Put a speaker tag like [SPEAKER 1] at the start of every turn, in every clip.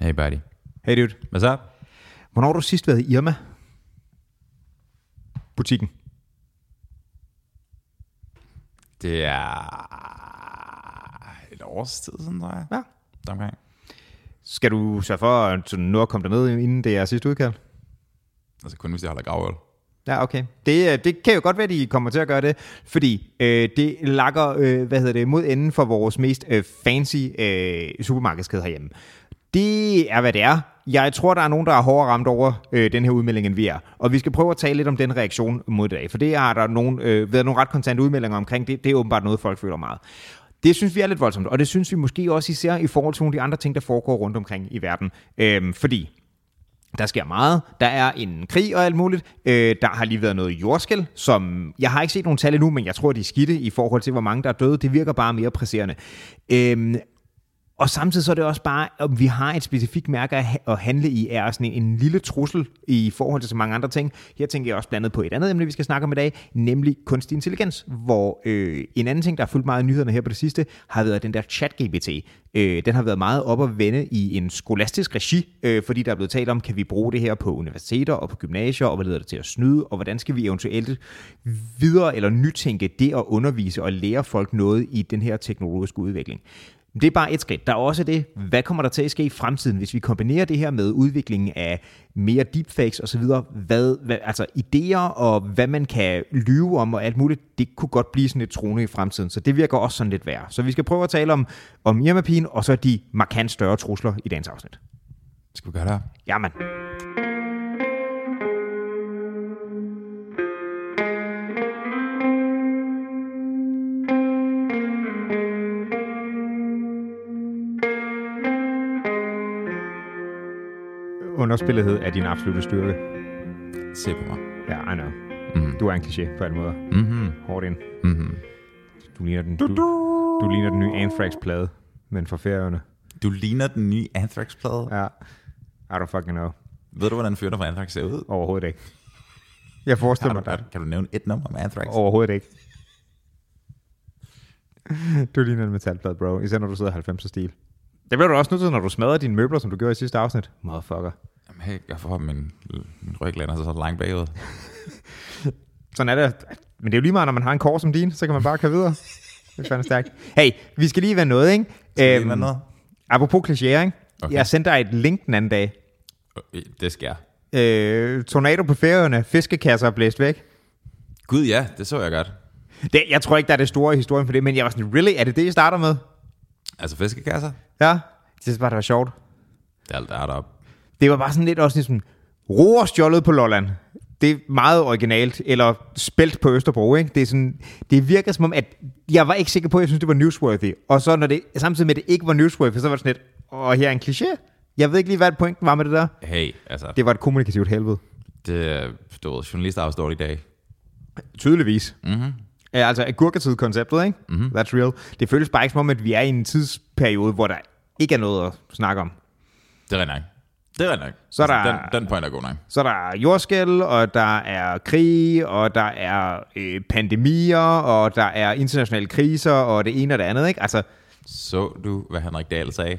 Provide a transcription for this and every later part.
[SPEAKER 1] Hey buddy.
[SPEAKER 2] Hey dude,
[SPEAKER 1] Hvad så?
[SPEAKER 2] hvornår har du sidst været i Irma? Butikken.
[SPEAKER 1] Det er et års tid siden, tror jeg.
[SPEAKER 2] Ja.
[SPEAKER 1] Omkring.
[SPEAKER 2] Skal du sørge for at sådan nå at komme derned, inden det er sidste udkald?
[SPEAKER 1] Altså kun hvis jeg holder gravøl.
[SPEAKER 2] Ja, okay. Det, øh, det kan jo godt være, at I kommer til at gøre det, fordi øh, det lakker, øh, hvad hedder det, mod enden for vores mest øh, fancy øh, supermarkedskæde herhjemme. Det er, hvad det er. Jeg tror, der er nogen, der er hårdere ramt over øh, den her udmelding, end vi er. Og vi skal prøve at tale lidt om den reaktion mod det af, for det har der nogen, øh, været nogle ret kontante udmeldinger omkring. Det, det er åbenbart noget, folk føler meget. Det synes vi er lidt voldsomt, og det synes vi måske også især i forhold til nogle af de andre ting, der foregår rundt omkring i verden. Øhm, fordi der sker meget. Der er en krig og alt muligt. Øh, der har lige været noget jordskæl, som... Jeg har ikke set nogen tal endnu, men jeg tror, de er skidte i forhold til, hvor mange der er døde. Det virker bare mere presserende. Øhm, og samtidig så er det også bare, om vi har et specifikt mærke at ha- at handle i, er sådan en, en lille trussel i forhold til så mange andre ting. Her tænker jeg også blandt andet på et andet emne, vi skal snakke om i dag, nemlig kunstig intelligens, hvor øh, en anden ting, der har fulgt meget i nyhederne her på det sidste, har været den der chat-GPT. Øh, den har været meget op at vende i en skolastisk regi, øh, fordi der er blevet talt om, kan vi bruge det her på universiteter og på gymnasier, og hvad leder det til at snyde, og hvordan skal vi eventuelt videre eller nytænke det at undervise og lære folk noget i den her teknologiske udvikling. Det er bare et skridt. Der er også det, hvad kommer der til at ske i fremtiden, hvis vi kombinerer det her med udviklingen af mere deepfakes osv., hvad, hvad, altså idéer og hvad man kan lyve om og alt muligt, det kunne godt blive sådan lidt troende i fremtiden, så det virker også sådan lidt værre. Så vi skal prøve at tale om, om Irma-pigen og så de markant større trusler i dagens afsnit.
[SPEAKER 1] Skal vi gøre det her?
[SPEAKER 2] Jamen. Underspillethed er din absolute styrke.
[SPEAKER 1] Se på mig.
[SPEAKER 2] Ja, I know.
[SPEAKER 1] Mhm.
[SPEAKER 2] Du er en kliché på alle måder.
[SPEAKER 1] Mhm.
[SPEAKER 2] Hårdt ind.
[SPEAKER 1] Mhm.
[SPEAKER 2] Du ligner den, du, du ligner den nye Anthrax-plade, men for færøerne.
[SPEAKER 1] Du ligner den nye Anthrax-plade. Ja.
[SPEAKER 2] Ja. I don't fucking know.
[SPEAKER 1] Ved du, hvordan fyrene fra Anthrax ser ud?
[SPEAKER 2] Overhovedet ikke. Jeg forestiller
[SPEAKER 1] Har
[SPEAKER 2] mig
[SPEAKER 1] du,
[SPEAKER 2] dig.
[SPEAKER 1] kan du nævne et nummer om Anthrax?
[SPEAKER 2] Overhovedet ikke. Du ligner en metalplade, bro. Især når du sidder i 90'er stil. Det bliver du også nødt til, når du smadrer dine møbler, som du gjorde i sidste afsnit. Motherfucker.
[SPEAKER 1] Jamen, hey, jeg får min, min ryg lander sig så langt bagud.
[SPEAKER 2] Sådan er det. Men det er jo lige meget, når man har en kår som din, så kan man bare køre videre. Det er fandme stærkt. Hey, vi skal lige være noget, ikke?
[SPEAKER 1] Skal øhm, noget?
[SPEAKER 2] apropos klichéer, ikke? Okay.
[SPEAKER 1] Okay.
[SPEAKER 2] Jeg sendte dig et link den anden dag.
[SPEAKER 1] Øh, Det sker.
[SPEAKER 2] Øh, tornado på færøerne, fiskekasser er blæst væk.
[SPEAKER 1] Gud ja, det så jeg godt.
[SPEAKER 2] Det, jeg tror ikke, der er det store i historien for det, men jeg var sådan, really, er det det, I starter med?
[SPEAKER 1] Altså fiskekasser?
[SPEAKER 2] Ja, det synes bare, det var sjovt.
[SPEAKER 1] Det er alt, der er deroppe.
[SPEAKER 2] Det var bare sådan lidt også ligesom, roer stjålet på Lolland. Det er meget originalt, eller spelt på Østerbro, ikke? Det, er sådan, det virker som om, at jeg var ikke sikker på, at jeg synes, det var newsworthy. Og så når det, samtidig med, at det ikke var newsworthy, så var det sådan lidt, og her er en kliché. Jeg ved ikke lige, hvad pointen var med det der.
[SPEAKER 1] Hey, altså, det,
[SPEAKER 2] Det var et kommunikativt helvede.
[SPEAKER 1] det du ved, journalister afstår i dag.
[SPEAKER 2] Tydeligvis. Mm-hmm. Altså agurketid-konceptet, ikke? Mm-hmm. That's real. Det føles bare ikke som om, at vi er i en tidsperiode, hvor der ikke er noget at snakke om.
[SPEAKER 1] Det er rigtig nok. Det er rigtig nok. Altså,
[SPEAKER 2] Så er der-
[SPEAKER 1] den, den point er god nok.
[SPEAKER 2] Så der er jordskæl, og der er krig, og der er øh, pandemier, og der er internationale kriser, og det ene og det andet, ikke? Altså,
[SPEAKER 1] Så du, hvad Henrik Dahl sagde?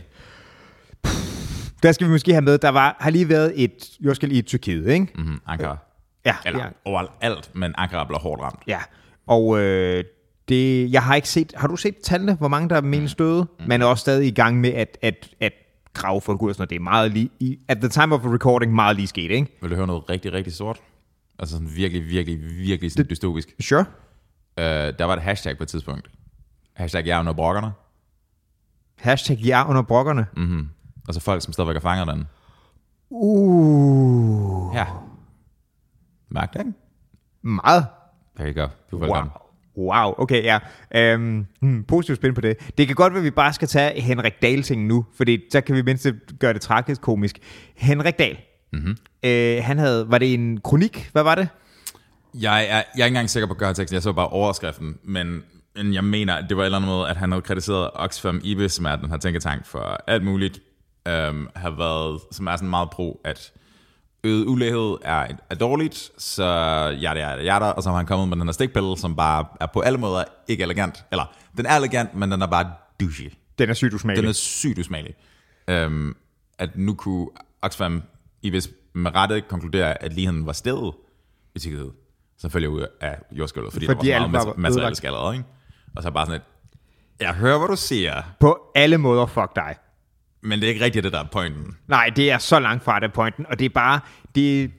[SPEAKER 2] der skal vi måske have med, der var, har lige været et jordskæl i Tyrkiet, ikke?
[SPEAKER 1] Mm, Ankara.
[SPEAKER 2] Ja,
[SPEAKER 1] Eller
[SPEAKER 2] ja.
[SPEAKER 1] ja. overalt alt, men Ankara bliver hårdt ramt.
[SPEAKER 2] ja. Og øh, det, jeg har ikke set, har du set tallene, hvor mange der er menes døde? Man er også stadig i gang med at, at, at grave folk ud og sådan noget. Det er meget lige, i, at the time of recording, meget lige sket, ikke?
[SPEAKER 1] Vil du høre noget rigtig, rigtig sort? Altså sådan virkelig, virkelig, virkelig sådan dystopisk.
[SPEAKER 2] Sure.
[SPEAKER 1] Uh, der var et hashtag på et tidspunkt. Hashtag jeg er under brokkerne.
[SPEAKER 2] Hashtag jer under brokkerne. Mm.
[SPEAKER 1] Altså folk, som stadigvæk er fanget den.
[SPEAKER 2] Uh,
[SPEAKER 1] Ja. Mærk det, ikke?
[SPEAKER 2] meget.
[SPEAKER 1] Der kan I gøre. Du er velkommen. Wow.
[SPEAKER 2] Wow, okay, ja. Øhm, hmm, positiv spin på det. Det kan godt være, at vi bare skal tage Henrik Dahl-ting nu, fordi så kan vi mindst gøre det tragisk komisk. Henrik Dahl, mm-hmm. øh, han havde, var det en kronik? Hvad var det?
[SPEAKER 1] Jeg er, jeg er ikke engang sikker på konteksten, jeg så bare overskriften, men, men jeg mener, at det var et eller andet måde, at han havde kritiseret Oxfam IBIS, som er den her tænketank for alt muligt, øhm, har været, som er sådan meget pro, at øget ulighed er, er dårligt, så ja, det er det, ja, der, og så har han kommet med den her stikpille, som bare er på alle måder ikke elegant, eller den er elegant, men den er bare douche.
[SPEAKER 2] Den er sygt usmagelig.
[SPEAKER 1] Den er sygt usmagelig. Øhm, at nu kunne Oxfam IBIS med rette konkludere, at ligheden var stedet i sikkerhed. Selvfølgelig ud af jordskælvet, fordi,
[SPEAKER 2] Fordi
[SPEAKER 1] fordi der var
[SPEAKER 2] alt
[SPEAKER 1] så meget
[SPEAKER 2] var
[SPEAKER 1] mas-
[SPEAKER 2] ødelagt.
[SPEAKER 1] materiale skal allerede, ikke? Og så bare sådan et, jeg hører, hvad du siger,
[SPEAKER 2] På alle måder, fuck dig.
[SPEAKER 1] men det er ikke rigtigt det, der er pointen.
[SPEAKER 2] Nej, det er så langt fra det pointen, og det er bare, det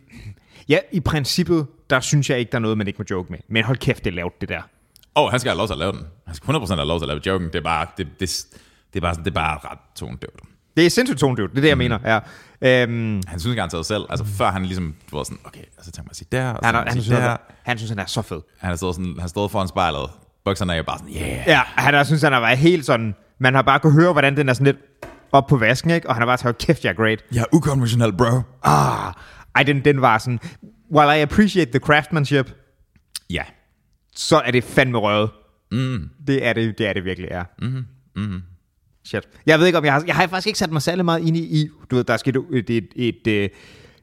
[SPEAKER 2] ja, i princippet, der synes jeg ikke, der er noget, man ikke må joke med. Men hold kæft, det er lavt, det der.
[SPEAKER 1] Åh, oh, han skal have lov til at lave den. Han skal 100% have lov til at lave joken. Det er bare, det, det, det er bare, sådan- det er bare ret tonedøvt.
[SPEAKER 2] Det er sindssygt tondøvt, det er det, jeg mm. mener. Ja. Øhm,
[SPEAKER 1] Han synes garanteret selv, altså før han ligesom var sådan, okay, så tænker man sig der, og så
[SPEAKER 2] han,
[SPEAKER 1] tænker
[SPEAKER 2] er,
[SPEAKER 1] man
[SPEAKER 2] han,
[SPEAKER 1] sig
[SPEAKER 2] synes,
[SPEAKER 1] der.
[SPEAKER 2] han, han synes, han er så fed.
[SPEAKER 1] Han har stået, sådan, han har stået foran spejlet, bukserne er bare sådan, yeah.
[SPEAKER 2] Ja, han har synes, han har været helt sådan, man har bare kunne høre, hvordan den er sådan lidt op på vasken, ikke? Og han har bare sagt, kæft, jeg er great.
[SPEAKER 1] Jeg er ukonventionel, bro.
[SPEAKER 2] Ah, ej, den, den var sådan, while I appreciate the craftsmanship,
[SPEAKER 1] Ja.
[SPEAKER 2] så er det fandme røget. Mm. Det er det, det er det virkelig, ja. Mm-hmm. Mm-hmm. Shit. Jeg ved ikke, om jeg har... Jeg har faktisk ikke sat mig særlig meget ind i... Du ved, der er sket et, et, et, øh,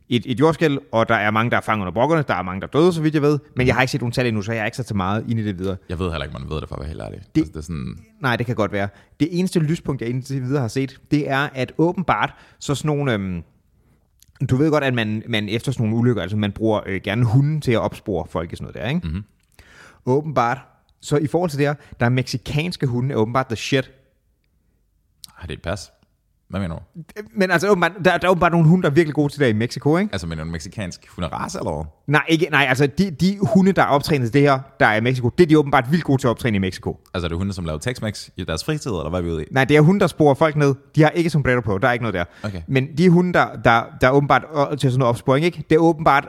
[SPEAKER 2] et, et jordskæld, og der er mange, der er fanget under brokkerne. Der er mange, der er døde, så vidt jeg ved. Men jeg har ikke set nogen tal endnu, så jeg har ikke sat så meget ind i det videre.
[SPEAKER 1] Jeg ved heller ikke, om man ved det for at være helt ærlig. Det, altså, det er sådan,
[SPEAKER 2] Nej, det kan godt være. Det eneste lyspunkt, jeg indtil videre har set, det er, at åbenbart så sådan nogle... Øhm, du ved godt, at man, man efter sådan nogle ulykker, altså man bruger øh, gerne hunden til at opspore folk og sådan noget der, ikke? Mm-hmm. Åbenbart. Så i forhold til det her, der er meksikanske hunde, er åbenbart the shit.
[SPEAKER 1] har det er et pas? Hvad mener du?
[SPEAKER 2] Men altså åbenbart, der, der er åbenbart nogle hunde, der er virkelig gode til det i Mexico, ikke?
[SPEAKER 1] Altså, mener du en meksikansk hunderace, eller hvad?
[SPEAKER 2] Nej, ikke, nej altså de, de hunde, der er optrænet til det her, der er i Mexico, det er de åbenbart vildt gode til at optræne i Mexico.
[SPEAKER 1] Altså, er det hunde, som laver Tex-Mex i deres fritid, eller hvad er vi ude i?
[SPEAKER 2] Nej, det er hunde, der sporer folk ned. De har ikke sombrero på, der er ikke noget der.
[SPEAKER 1] Okay.
[SPEAKER 2] Men de hunde, der, der, der er åbenbart øh, til sådan noget opsporing, ikke? det er åbenbart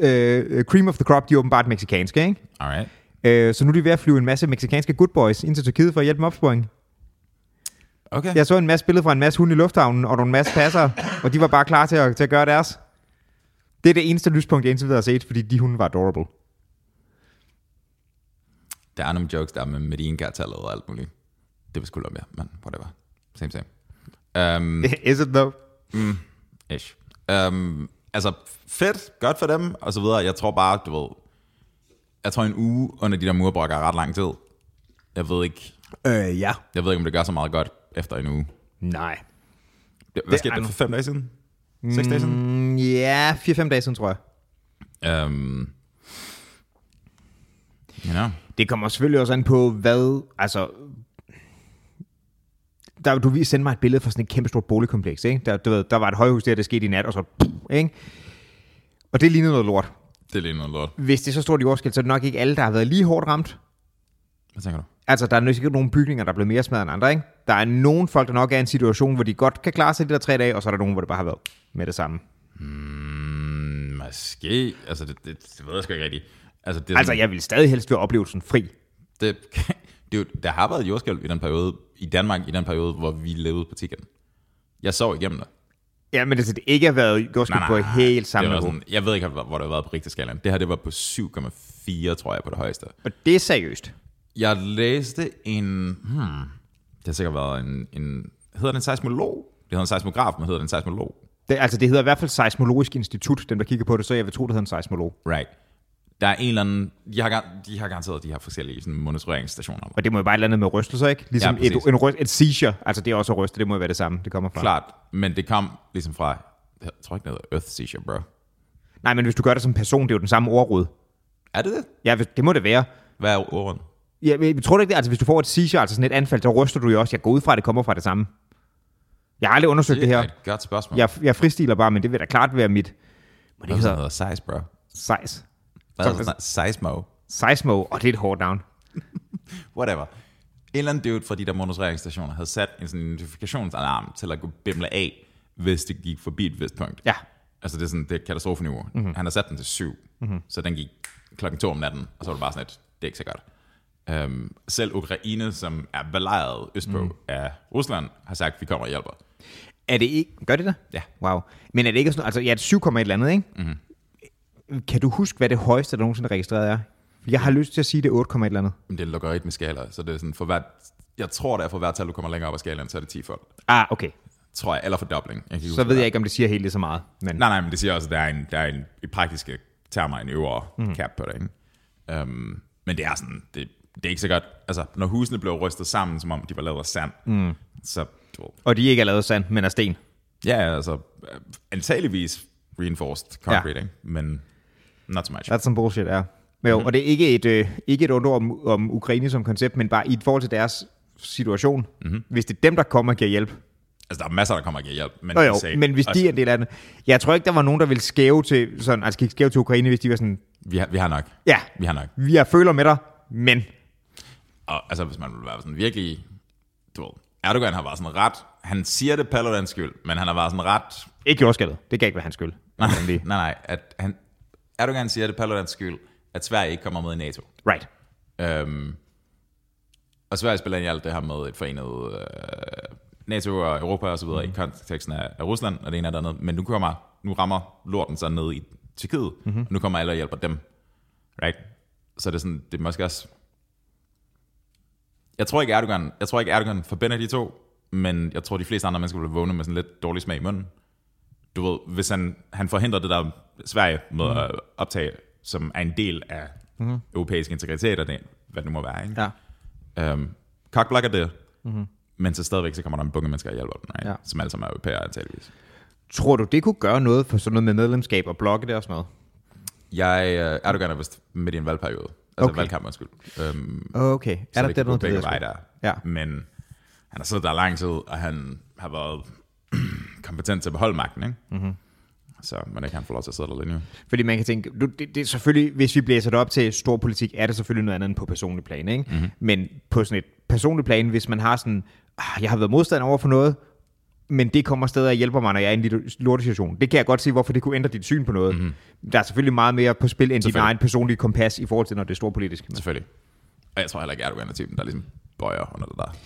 [SPEAKER 2] øh, cream of the crop, de er åbenbart meksikanske. Ikke?
[SPEAKER 1] Alright.
[SPEAKER 2] Øh, så nu er de ved at flyve en masse meksikanske good boys ind til Tyrkiet for at hjælpe med opsporing.
[SPEAKER 1] Okay.
[SPEAKER 2] Jeg så en masse billeder fra en masse hunde i lufthavnen, og nogle masse passer, og de var bare klar til at, til at gøre deres. Det er det eneste lyspunkt, jeg indtil videre har set, fordi de hunde var adorable.
[SPEAKER 1] Der er nogle jokes, der er med Medinka-tallet og alt muligt. Det vil sgu lade være, men whatever. Same, same. Um,
[SPEAKER 2] Is it though?
[SPEAKER 1] Ish. Um, altså, fedt, godt for dem, og så videre. Jeg tror bare, du ved, jeg tror en uge under de der murbrokker er ret lang tid. Jeg ved ikke,
[SPEAKER 2] Øh, ja.
[SPEAKER 1] jeg ved ikke om det gør så meget godt efter en uge.
[SPEAKER 2] Nej.
[SPEAKER 1] Det- Hvad
[SPEAKER 2] Det
[SPEAKER 1] skete
[SPEAKER 2] er
[SPEAKER 1] der
[SPEAKER 2] nu.
[SPEAKER 1] for fem dage siden? Seks dage siden?
[SPEAKER 2] Mm, ja, 4-5 dage siden, tror jeg.
[SPEAKER 1] Um, you know.
[SPEAKER 2] Det kommer selvfølgelig også an på, hvad... Altså, der, du vil sende mig et billede fra sådan et kæmpe stort boligkompleks, ikke? Der, du ved, der var et højhus der, det skete i nat, og så... Ikke? Og det lignede noget lort.
[SPEAKER 1] Det er lige noget lort.
[SPEAKER 2] Hvis det er så stort jordskæld, så er det nok ikke alle, der har været lige hårdt ramt.
[SPEAKER 1] Hvad tænker du?
[SPEAKER 2] Altså, der er nok sikkert nogle bygninger, der er blevet mere smadret end andre, ikke? Der er nogle folk, der nok er i en situation, hvor de godt kan klare sig de der tre dage, og så er der nogen, hvor det bare har været med det samme.
[SPEAKER 1] Mm, måske. Altså, det, det, det ved jeg sgu ikke rigtigt. Altså, det, er
[SPEAKER 2] Altså,
[SPEAKER 1] sådan-
[SPEAKER 2] jeg vil stadig helst være oplevelsen fri.
[SPEAKER 1] det, det, er jo- der har været jordskælv i den periode, i Danmark, i den periode, hvor vi levede på tikken. Jeg sov igennem det.
[SPEAKER 2] Ja, men det, det ikke har været jordskæld på helt samme
[SPEAKER 1] det var
[SPEAKER 2] niveau.
[SPEAKER 1] sådan, Jeg ved ikke, hvor hvor det har været på rigtig skalaen. Det her, det var på 7,4, tror jeg, på det højeste.
[SPEAKER 2] Og det er seriøst.
[SPEAKER 1] Jeg læste en... Hmm, det har sikkert været en... en hedder den seismolog? Det hedder en seismograf, men hedder den seismolog?
[SPEAKER 2] Det, altså, det hedder i hvert fald Seismologisk Institut, dem der kigger på det, så jeg vil tro, det hedder en seismolog.
[SPEAKER 1] Right. Der er en eller anden... De har, gar- de har garanteret, de har forskellige sådan, monitoreringsstationer.
[SPEAKER 2] Og det må jo bare et eller andet med rystelser, ikke? Ligesom
[SPEAKER 1] Ja,
[SPEAKER 2] ja, et,
[SPEAKER 1] præcis.
[SPEAKER 2] en ryst, et seizure, altså det er også at ryste, det må jo være det samme, det kommer fra.
[SPEAKER 1] Klart, men det kom ligesom fra... Jeg tror ikke, det hedder Earth Seizure, bro.
[SPEAKER 2] Nej, men hvis du gør det som person, det er jo den samme ordrod.
[SPEAKER 1] Er det det?
[SPEAKER 2] Ja, hvis- det må det være.
[SPEAKER 1] Hvad er ordet?
[SPEAKER 2] Ja, men jeg tror du ikke det? Altså, hvis du får et seizure, altså sådan et anfald, så ryster du jo også. Jeg går ud fra, at det kommer fra det samme. Jeg har aldrig undersøgt det,
[SPEAKER 1] Det
[SPEAKER 2] det
[SPEAKER 1] er
[SPEAKER 2] her.
[SPEAKER 1] et godt spørgsmål.
[SPEAKER 2] Jeg, jeg fristiler bare, men det vil da klart være mit... Må
[SPEAKER 1] Hvad
[SPEAKER 2] det ikke
[SPEAKER 1] er det,
[SPEAKER 2] hedder
[SPEAKER 1] hedder seis, bro?
[SPEAKER 2] seis?
[SPEAKER 1] Hvad er det, sådan- seismo?
[SPEAKER 2] Seismo, og det er et hårdt navn.
[SPEAKER 1] whatever. En eller anden dude fra de der monitoreringsstationer havde sat en sådan notifikationsalarm til at gå bimle af, hvis det gik forbi et vist punkt.
[SPEAKER 2] Ja.
[SPEAKER 1] Altså det er sådan, det er katastrofeniveau. Mm-hmm. Han har sat den til syv, mm-hmm. så den gik klokken to om natten, og så var det bare sådan et, det er ikke så godt. Øhm, selv Ukraine, som er belejret østpå mm. af Rusland, har sagt, vi kommer og hjælper.
[SPEAKER 2] Er det ikke... Gør det det?
[SPEAKER 1] Ja.
[SPEAKER 2] Wow. Men er det ikke sådan... Altså, ja, det er 7,1 eller andet, ikke? Mm-hmm. Kan du huske, hvad det højeste, der nogensinde er registreret er? Jeg har lyst til at sige, det er 8,1 eller andet.
[SPEAKER 1] Men det er logaritmisk skala, så det er sådan, for hvert, jeg tror det er for hvert tal, du kommer længere op ad skalaen, så er det 10 fold.
[SPEAKER 2] Ah, okay.
[SPEAKER 1] Tror jeg, eller fordobling. Jeg kan ikke huske,
[SPEAKER 2] Så
[SPEAKER 1] hvad
[SPEAKER 2] ved
[SPEAKER 1] det
[SPEAKER 2] jeg
[SPEAKER 1] er.
[SPEAKER 2] ikke, om det siger helt lige så meget. Men
[SPEAKER 1] Nej, nej, men det siger også, at der er en, der er en i praktiske termer en øvre mm. cap på det, ikke? Um, men det er sådan, det, det er ikke så godt. Altså, når husene blev rystet sammen, som om de var lavet af sand, mm. så du, ved,
[SPEAKER 2] Og de ikke er lavet af sand, men af sten.
[SPEAKER 1] Ja, altså øh, antageligvis reinforced concrete, ja. ikke? men not so much.
[SPEAKER 2] That's some bullshit, ja. Men jo, mm-hmm. og det er ikke et, øh, ikke et undre om, om Ukraine som koncept, men bare i forhold til deres situation. Mm-hmm. Hvis det er dem, der kommer og giver hjælp.
[SPEAKER 1] Altså, der er masser, der kommer og giver hjælp. Men,
[SPEAKER 2] Nå jo,
[SPEAKER 1] sagde-
[SPEAKER 2] men hvis de er en del af det. Jeg tror ikke, der var nogen, der ville skæve til, sådan, altså gik skæve til Ukraine, hvis de var sådan,
[SPEAKER 1] vi, har, vi har nok.
[SPEAKER 2] ja,
[SPEAKER 1] Vi har nok.
[SPEAKER 2] vi er føler med dig, men
[SPEAKER 1] Og altså, hvis man vil være sådan virkelig... Du ved, Erdogan har været sådan ret... Han siger det Paludans skyld, men han har været sådan ret...
[SPEAKER 2] ikke jordskældet. Det kan ikke være hans skyld.
[SPEAKER 1] Nej, nej, nej. At han, Erdogan siger det Paludans skyld, at Sverige ikke kommer med i NATO.
[SPEAKER 2] Right.
[SPEAKER 1] Øhm, og Sverige spiller ind i alt det her med et forenet øh, NATO og Europa og så videre mm. i konteksten af, af Rusland og det ene og det andet. Men nu kommer nu rammer lorten så ned i Tyrkiet, mm-hmm. og nu kommer alle og hjælper dem. Right? Så det er sådan, det er måske også... Jeg tror ikke Erdogan, jeg tror ikke Erdogan forbinder de to, men jeg tror de fleste andre mennesker vil vågne med sådan lidt dårlig smag i munden. Du ved, hvis han, han forhindrer det der Sverige med
[SPEAKER 2] Mhm.
[SPEAKER 1] mm. at optage, som er en del af mm. europæisk integritet og det, hvad det nu må være. Ikke?
[SPEAKER 2] Ja. Mhm.
[SPEAKER 1] Øhm, Cockblocker det. Mm-hmm. Men så stadigvæk, så kommer der en bunke mennesker og hjælper dem, right?
[SPEAKER 2] Ja.
[SPEAKER 1] ja. som alle sammen er europæere antageligvis.
[SPEAKER 2] Tror du, det kunne gøre noget for sådan noget med medlemskab og blokke det og sådan noget?
[SPEAKER 1] Jeg, øh, Erdogan er vist midt i en valgperiode. Altså
[SPEAKER 2] Okay.
[SPEAKER 1] okay. valgkamp, undskyld. Øhm,
[SPEAKER 2] Okay.
[SPEAKER 1] så
[SPEAKER 2] er der
[SPEAKER 1] det
[SPEAKER 2] det,
[SPEAKER 1] kan gå
[SPEAKER 2] noget,
[SPEAKER 1] begge
[SPEAKER 2] det
[SPEAKER 1] veje der.
[SPEAKER 2] Ja.
[SPEAKER 1] Men han har siddet der lang tid, og han har været kompetent til at beholde magten, ikke? Mm-hmm.
[SPEAKER 2] Mhm.
[SPEAKER 1] Så man ikke han får lov til at sidde der lidt nu.
[SPEAKER 2] Fordi man kan tænke, du, det, det er selvfølgelig, hvis vi blæser det op til stor politik, er det selvfølgelig noget andet end på personlig plan, ikke? Mm-hmm.
[SPEAKER 1] Mhm.
[SPEAKER 2] Men på sådan et personligt plan, hvis man har sådan, "Ah, jeg har været modstander over for noget, men det kommer steder og hjælper mig, når jeg er i en lille lortesituation. Det kan jeg godt se, hvorfor det kunne ændre dit syn på noget. Mm-hmm. Der er selvfølgelig meget mere på spil end din
[SPEAKER 1] Mhm. Selvfølgelig.
[SPEAKER 2] egen personlige kompas i forhold til, når det er storpolitisk. Men-
[SPEAKER 1] Selvfølgelig. Og jeg tror heller ikke, Erdogan er typen, der ligesom bøjer under det der.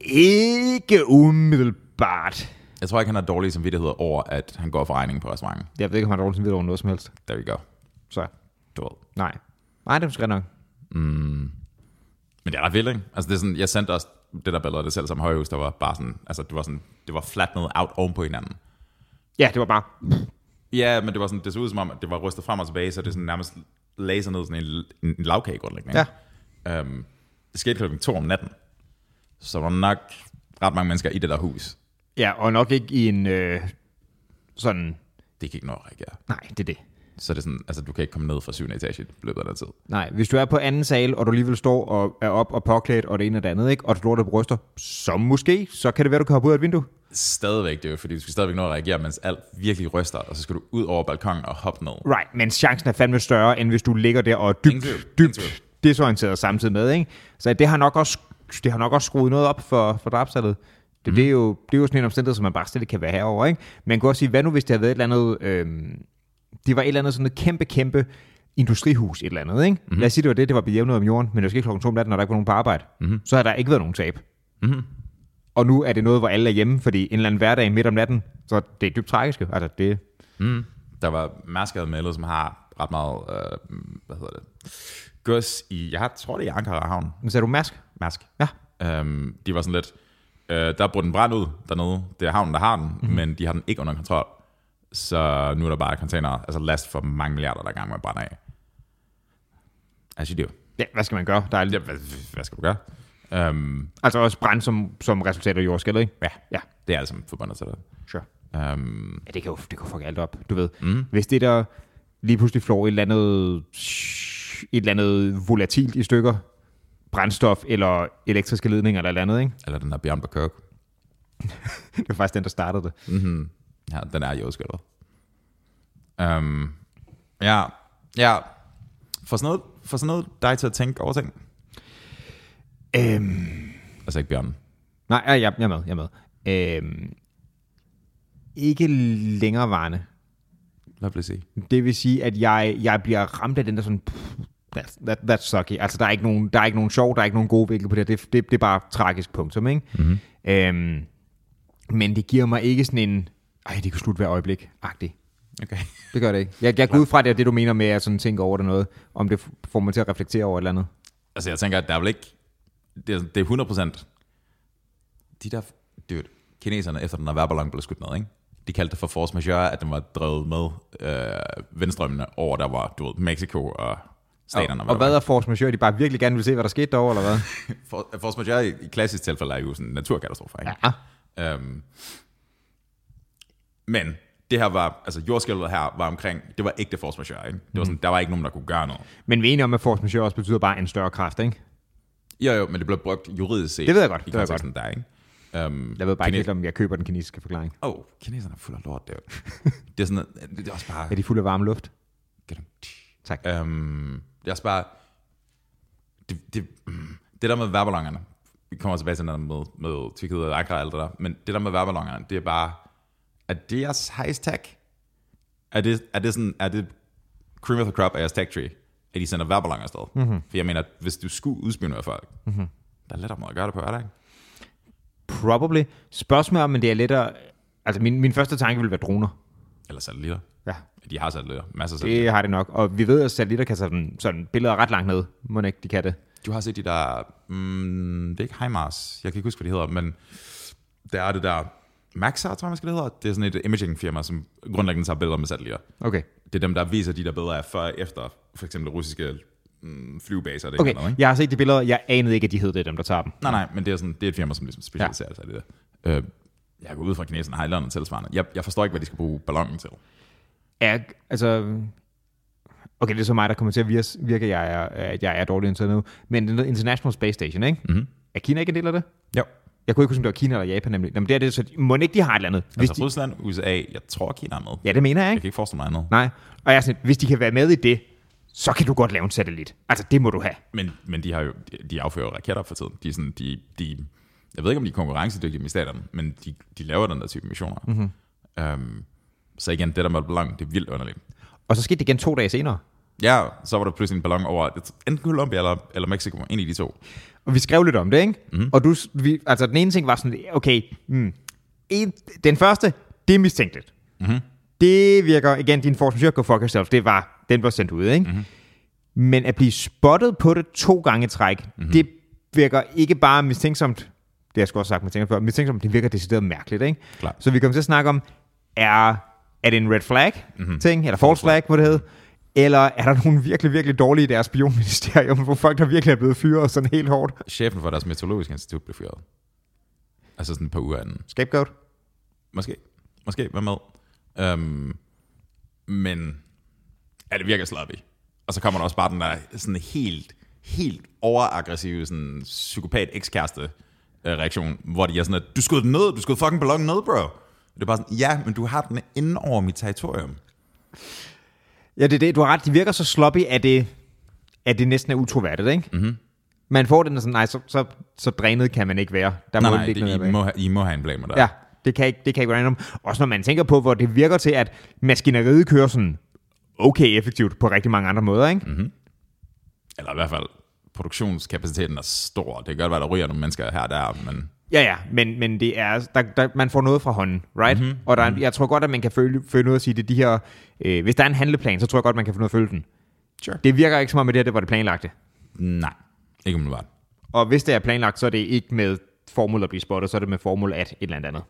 [SPEAKER 2] Ikke umiddelbart.
[SPEAKER 1] Jeg tror ikke, han har dårlig samvittighed over, at han går for regningen på restauranten.
[SPEAKER 2] Jeg ved ikke, om han har dårligt samvittighed over noget som helst.
[SPEAKER 1] There you go.
[SPEAKER 2] Så
[SPEAKER 1] Du ved.
[SPEAKER 2] nej. Nej, det er måske ret nok.
[SPEAKER 1] Men det er ret vildt, ikke? Altså, det er sådan, jeg sendte også det der billede af det selv som højhus, der var bare sådan, altså det var sådan, det var flatnet out oven på hinanden.
[SPEAKER 2] Ja, det var bare...
[SPEAKER 1] Ja, men det var sådan, det så ud som om, at det var rystet frem og tilbage, så det sådan nærmest lagde sig ned sådan en, en, en lavkage grundlæggende. ikke? Øhm, det skete klokken to om natten. Så der var nok ret mange mennesker i det der hus.
[SPEAKER 2] Ja, og nok ikke i en øh, sådan...
[SPEAKER 1] Det kan ikke nå at reagere.
[SPEAKER 2] Nej, det er det.
[SPEAKER 1] Så det er sådan, altså du kan ikke komme ned fra syvende etage i løbet af den tid.
[SPEAKER 2] Nej, hvis du er på anden sal, og du alligevel står og er op og påklædt, og det ene og det andet, ikke? og du lorter på bryster, så måske, så kan det være, du kan hoppe ud af et vindue.
[SPEAKER 1] Stadigvæk, det er jo, fordi du skal stadigvæk nå at reagere, mens alt virkelig ryster, og så skal du ud over balkongen og hoppe ned.
[SPEAKER 2] Right, men chancen er fandme større, end hvis du ligger der og er
[SPEAKER 1] Ingen tvivl,
[SPEAKER 2] dybt,
[SPEAKER 1] ingen tvivl.
[SPEAKER 2] dybt desorienteret samtidig med. Ikke? Så det har, nok også, det har nok også skruet noget op for, for drabsallet. Det, mm. det, er jo, det er jo sådan en omstændighed, som man bare stille kan være herover. Ikke? Man kunne også sige, hvad nu hvis det havde været et eller andet... Øh, det var et eller andet sådan noget kæmpe, kæmpe industrihus et eller andet, ikke? Mm-hmm. Lad os sige, det var det, det var bejævnet om jorden, men det var sket klokken 2 om natten, når der ikke var nogen på arbejde. Mm-hmm. Så har der ikke været nogen tab. Mm-hmm. Og nu er det noget, hvor alle er hjemme, fordi en eller anden hverdag midt om natten, så det er dybt tragisk. jo. Altså, det,
[SPEAKER 1] Der var masser af meldet, som har ret meget, øh, hvad hedder det, gods i, jeg tror det er i Ankara Havn,
[SPEAKER 2] Men sagde du mask?
[SPEAKER 1] Mask.
[SPEAKER 2] Ja.
[SPEAKER 1] Øhm, de var sådan lidt, øh, der er brudt en brand ud dernede, det er havnen, der har den,
[SPEAKER 2] Mhm.
[SPEAKER 1] mm-hmm. men de har den ikke under kontrol. Så nu er der bare container, altså last for mange milliarder, der er i gang med at brænde af. Altså, det er jo,
[SPEAKER 2] ja. hvad skal man gøre? Der er,
[SPEAKER 1] ja, hvad, hvad skal du gøre? Øhm,
[SPEAKER 2] Altså også brand som, som resultat af jordskældet, ikke?
[SPEAKER 1] ja,
[SPEAKER 2] Ja,
[SPEAKER 1] det er altså forbundet til det.
[SPEAKER 2] sure.
[SPEAKER 1] Øhm,
[SPEAKER 2] Ja, det kan jo det kan jo fuck alt op, du ved. Mm. Hvis det der lige pludselig flår et eller andet, et eller andet volatilt i stykker, brændstof eller elektriske ledninger eller et eller andet, ikke?
[SPEAKER 1] eller den her Bjørn på Kirk. Mm-hmm.
[SPEAKER 2] Det var faktisk den, der startede det.
[SPEAKER 1] Ja, den er jordskælvet. Øhm, ja, ja. For sådan, noget, for sådan noget dig til at tænke over ting.
[SPEAKER 2] Øhm,
[SPEAKER 1] Altså ikke Bjørn.
[SPEAKER 2] nej, ja, jeg, jeg er med, jeg er med. Øhm, ikke længerevarende.
[SPEAKER 1] Lad os se.
[SPEAKER 2] Det vil sige, at jeg, jeg bliver ramt af den der sådan, pff, that, that, that's sucky. Altså, der er, ikke nogen, der er ikke nogen sjov, der er ikke nogen gode vinkel på det, her. det, det, det er bare tragisk punktum, ikke? Mm-hmm. Øhm, men det giver mig ikke sådan en, ej, det kan slutte hver øjeblik, agtig.
[SPEAKER 1] Okay.
[SPEAKER 2] Det gør det ikke. Jeg, jeg går ud fra, at det er det, du mener med at sådan tænke over det noget, om det f- får mig til at reflektere over et eller andet.
[SPEAKER 1] Altså, jeg tænker, at der er vel ikke... Det er, det er 100 procent... De der... Dude, kineserne, efter den her værballon blev skudt ned, ikke? De kaldte det for force majeure, at den var drevet med øh, vindstrømmene over, der var, du ved, Mexico og staterne.
[SPEAKER 2] og, og hvad er force majeure? De bare virkelig gerne vil se, hvad der skete derovre, eller hvad?
[SPEAKER 1] øh, For, force majeure i, i klassisk tilfælde er jo sådan en naturkatastrofe, ikke?
[SPEAKER 2] ja.
[SPEAKER 1] Øhm, Men det her var, altså jordskælvet her var omkring, det var ægte force majeure, ikke? Det var
[SPEAKER 2] Mm.
[SPEAKER 1] sådan, der var ikke nogen, der kunne gøre noget.
[SPEAKER 2] Men vi er enige om, at force majeure også betyder bare en større kraft, ikke?
[SPEAKER 1] Jo, jo, men det blev brugt juridisk set.
[SPEAKER 2] Det ved jeg godt,
[SPEAKER 1] I
[SPEAKER 2] det ved jeg
[SPEAKER 1] konteksten der, ikke? Um,
[SPEAKER 2] Jeg ved bare ikke, helt, om jeg køber den kinesiske forklaring.
[SPEAKER 1] Åh, oh, kineserne er fuld af lort, det er Det er sådan, at- det er også bare...
[SPEAKER 2] Er de fulde af varm luft? Tak.
[SPEAKER 1] Um, det er også bare... Det, det, mm, det der med værballongerne, vi kommer tilbage til noget med, med Tyrkiet og Ankara og alt det der, men det der med værballongerne, det er bare... Er det jeres highest tag? Er det, er det sådan... Er det cream of the crop af jeres tag tree? At de sender værballonger afsted? Mm-hmm. For jeg mener, hvis du skulle udspionere folk, mm-hmm. der er lettere måde at gøre det på, er der ikke?
[SPEAKER 2] Probably. Spørgsmålet om, men det er lettere... Altså, min, min første tanke ville være droner.
[SPEAKER 1] Eller satellitter.
[SPEAKER 2] Ja.
[SPEAKER 1] De har satellitter. Masser af satellitter.
[SPEAKER 2] Det har det nok. Og vi ved, at satellitter kan sådan, sådan billeder ret langt ned. Må ikke, de kan det.
[SPEAKER 1] Du har set de der, mm, det er ikke HIMARS, jeg kan ikke huske, hvad de hedder, men der er det der Maxar, tror jeg, man skal det hedder. Det er sådan et imaging-firma, som grundlæggende tager billeder med satellitter.
[SPEAKER 2] Okay.
[SPEAKER 1] Det er dem, der viser de der billeder af før og efter, for eksempel russiske mm, flyvebaser. og Det
[SPEAKER 2] Okay,
[SPEAKER 1] ene eller andet, ikke?
[SPEAKER 2] jeg har set de billeder. Jeg anede ikke, at de hed det, dem der tager dem.
[SPEAKER 1] Nej, nej, men det er, sådan, det er et firma, som ligesom specialiserer sig i det der. Øh, jeg går ud fra, at kineserne har et eller andet tilsvarende. Jeg, jeg forstår ikke, hvad de skal bruge ballonen til.
[SPEAKER 2] er, altså... Okay, det er så mig, der kommer til at virke, virke at, jeg er, at jeg er dårlig indtil nu. Men den der International Space Station, ikke?
[SPEAKER 1] Mhm.
[SPEAKER 2] Mm-hmm. Er Kina ikke en del af det?
[SPEAKER 1] Jo.
[SPEAKER 2] Jeg kunne ikke huske, om det var Kina eller Japan nemlig. Nå, men det er det, så må ikke de har et eller andet. Hvis
[SPEAKER 1] Altså
[SPEAKER 2] de,
[SPEAKER 1] Rusland, USA, jeg tror, Kina er med.
[SPEAKER 2] ja, det mener jeg,
[SPEAKER 1] Jeg
[SPEAKER 2] ikke?
[SPEAKER 1] kan ikke forestille mig andet.
[SPEAKER 2] Nej. Og jeg er sådan, lidt, hvis de kan være med i det, så kan du godt lave en satellit. Altså, det må du have.
[SPEAKER 1] Men, men de, har jo, de- de affører jo raketter for tiden. De er sådan, de, de, jeg ved ikke, om de er konkurrencedygtige med staterne, men de, de laver den der type missioner. Mm-hmm. Um, så igen, det der med ballon, det er vildt underligt.
[SPEAKER 2] Og så skete det igen to dage senere.
[SPEAKER 1] Ja, så var der pludselig en ballon over det- enten Colombia eller, eller Mexico, en af de to.
[SPEAKER 2] Og vi skrev lidt om det, ikke? Mm-hmm. Og du, vi, altså, den ene ting var sådan, okay, mm, en, den første, det er mistænkeligt.
[SPEAKER 1] Mm-hmm.
[SPEAKER 2] Det virker, igen, din force majeure, go fuck yourself, det var, den var sendt ud, ikke? Mm-hmm. Men at blive spottet på det to gange i træk, mm-hmm. det virker ikke bare mistænksomt, det har jeg sgu også sagt mistænksomt før, mistænksomt, det virker decideret mærkeligt, ikke?
[SPEAKER 1] Klart.
[SPEAKER 2] Så vi kommer til at snakke om, er, er det en red flag mm-hmm. ting, eller false flag, må det hedde, eller er der nogen virkelig, virkelig dårlige i deres spionministerium, hvor folk der virkelig er blevet fyret sådan helt hårdt?
[SPEAKER 1] Chefen for deres meteorologiske institut blev fyret. Altså sådan et par uger inden.
[SPEAKER 2] Scapegoat?
[SPEAKER 1] Måske. Måske, hvad med? Um, men ja, det virker sloppy. Og så kommer der også bare den der sådan helt, helt overaggressive sådan psykopat ekskæreste øh, reaktion, hvor de er sådan, at du skød den ned, du skød fucking ballon ned, bro. Det er bare sådan, ja, men du har den inde over mit territorium.
[SPEAKER 2] Ja, det er det. Du har ret. De virker så sloppy, at det, at det næsten er utroværdigt, ikke?
[SPEAKER 1] Mhm.
[SPEAKER 2] Mm-hmm. Man får den og sådan, nej, så, så, så drænet kan man ikke være. Der
[SPEAKER 1] Nej,
[SPEAKER 2] må
[SPEAKER 1] nej,
[SPEAKER 2] ligge noget
[SPEAKER 1] det, I,
[SPEAKER 2] tilbage.
[SPEAKER 1] må, ha- I må have en blamer der.
[SPEAKER 2] Ja, det kan ikke, det kan ikke være random. Også når man tænker på, hvor det virker til, at maskineriet kører sådan okay effektivt på rigtig mange andre måder, ikke?
[SPEAKER 1] Mhm.
[SPEAKER 2] Mm-hmm.
[SPEAKER 1] Eller i hvert fald, produktionskapaciteten er stor. Det kan godt være, der ryger nogle mennesker her og der, men
[SPEAKER 2] Ja, ja, men, men det er, der, der, man får noget fra hånden, right?
[SPEAKER 1] Mhm.
[SPEAKER 2] Mm-hmm. Og der, er- jeg tror godt, at man kan føle, føle noget at sige det. De her, øh, hvis der er en handleplan, så tror jeg godt, man kan få noget at følge den.
[SPEAKER 1] Sure.
[SPEAKER 2] Det virker ikke som om, at det her det var det planlagte.
[SPEAKER 1] nej, ikke umiddelbart.
[SPEAKER 2] Og hvis det er planlagt, så er det ikke med formål at blive spottet, så er det med formål at et eller andet andet.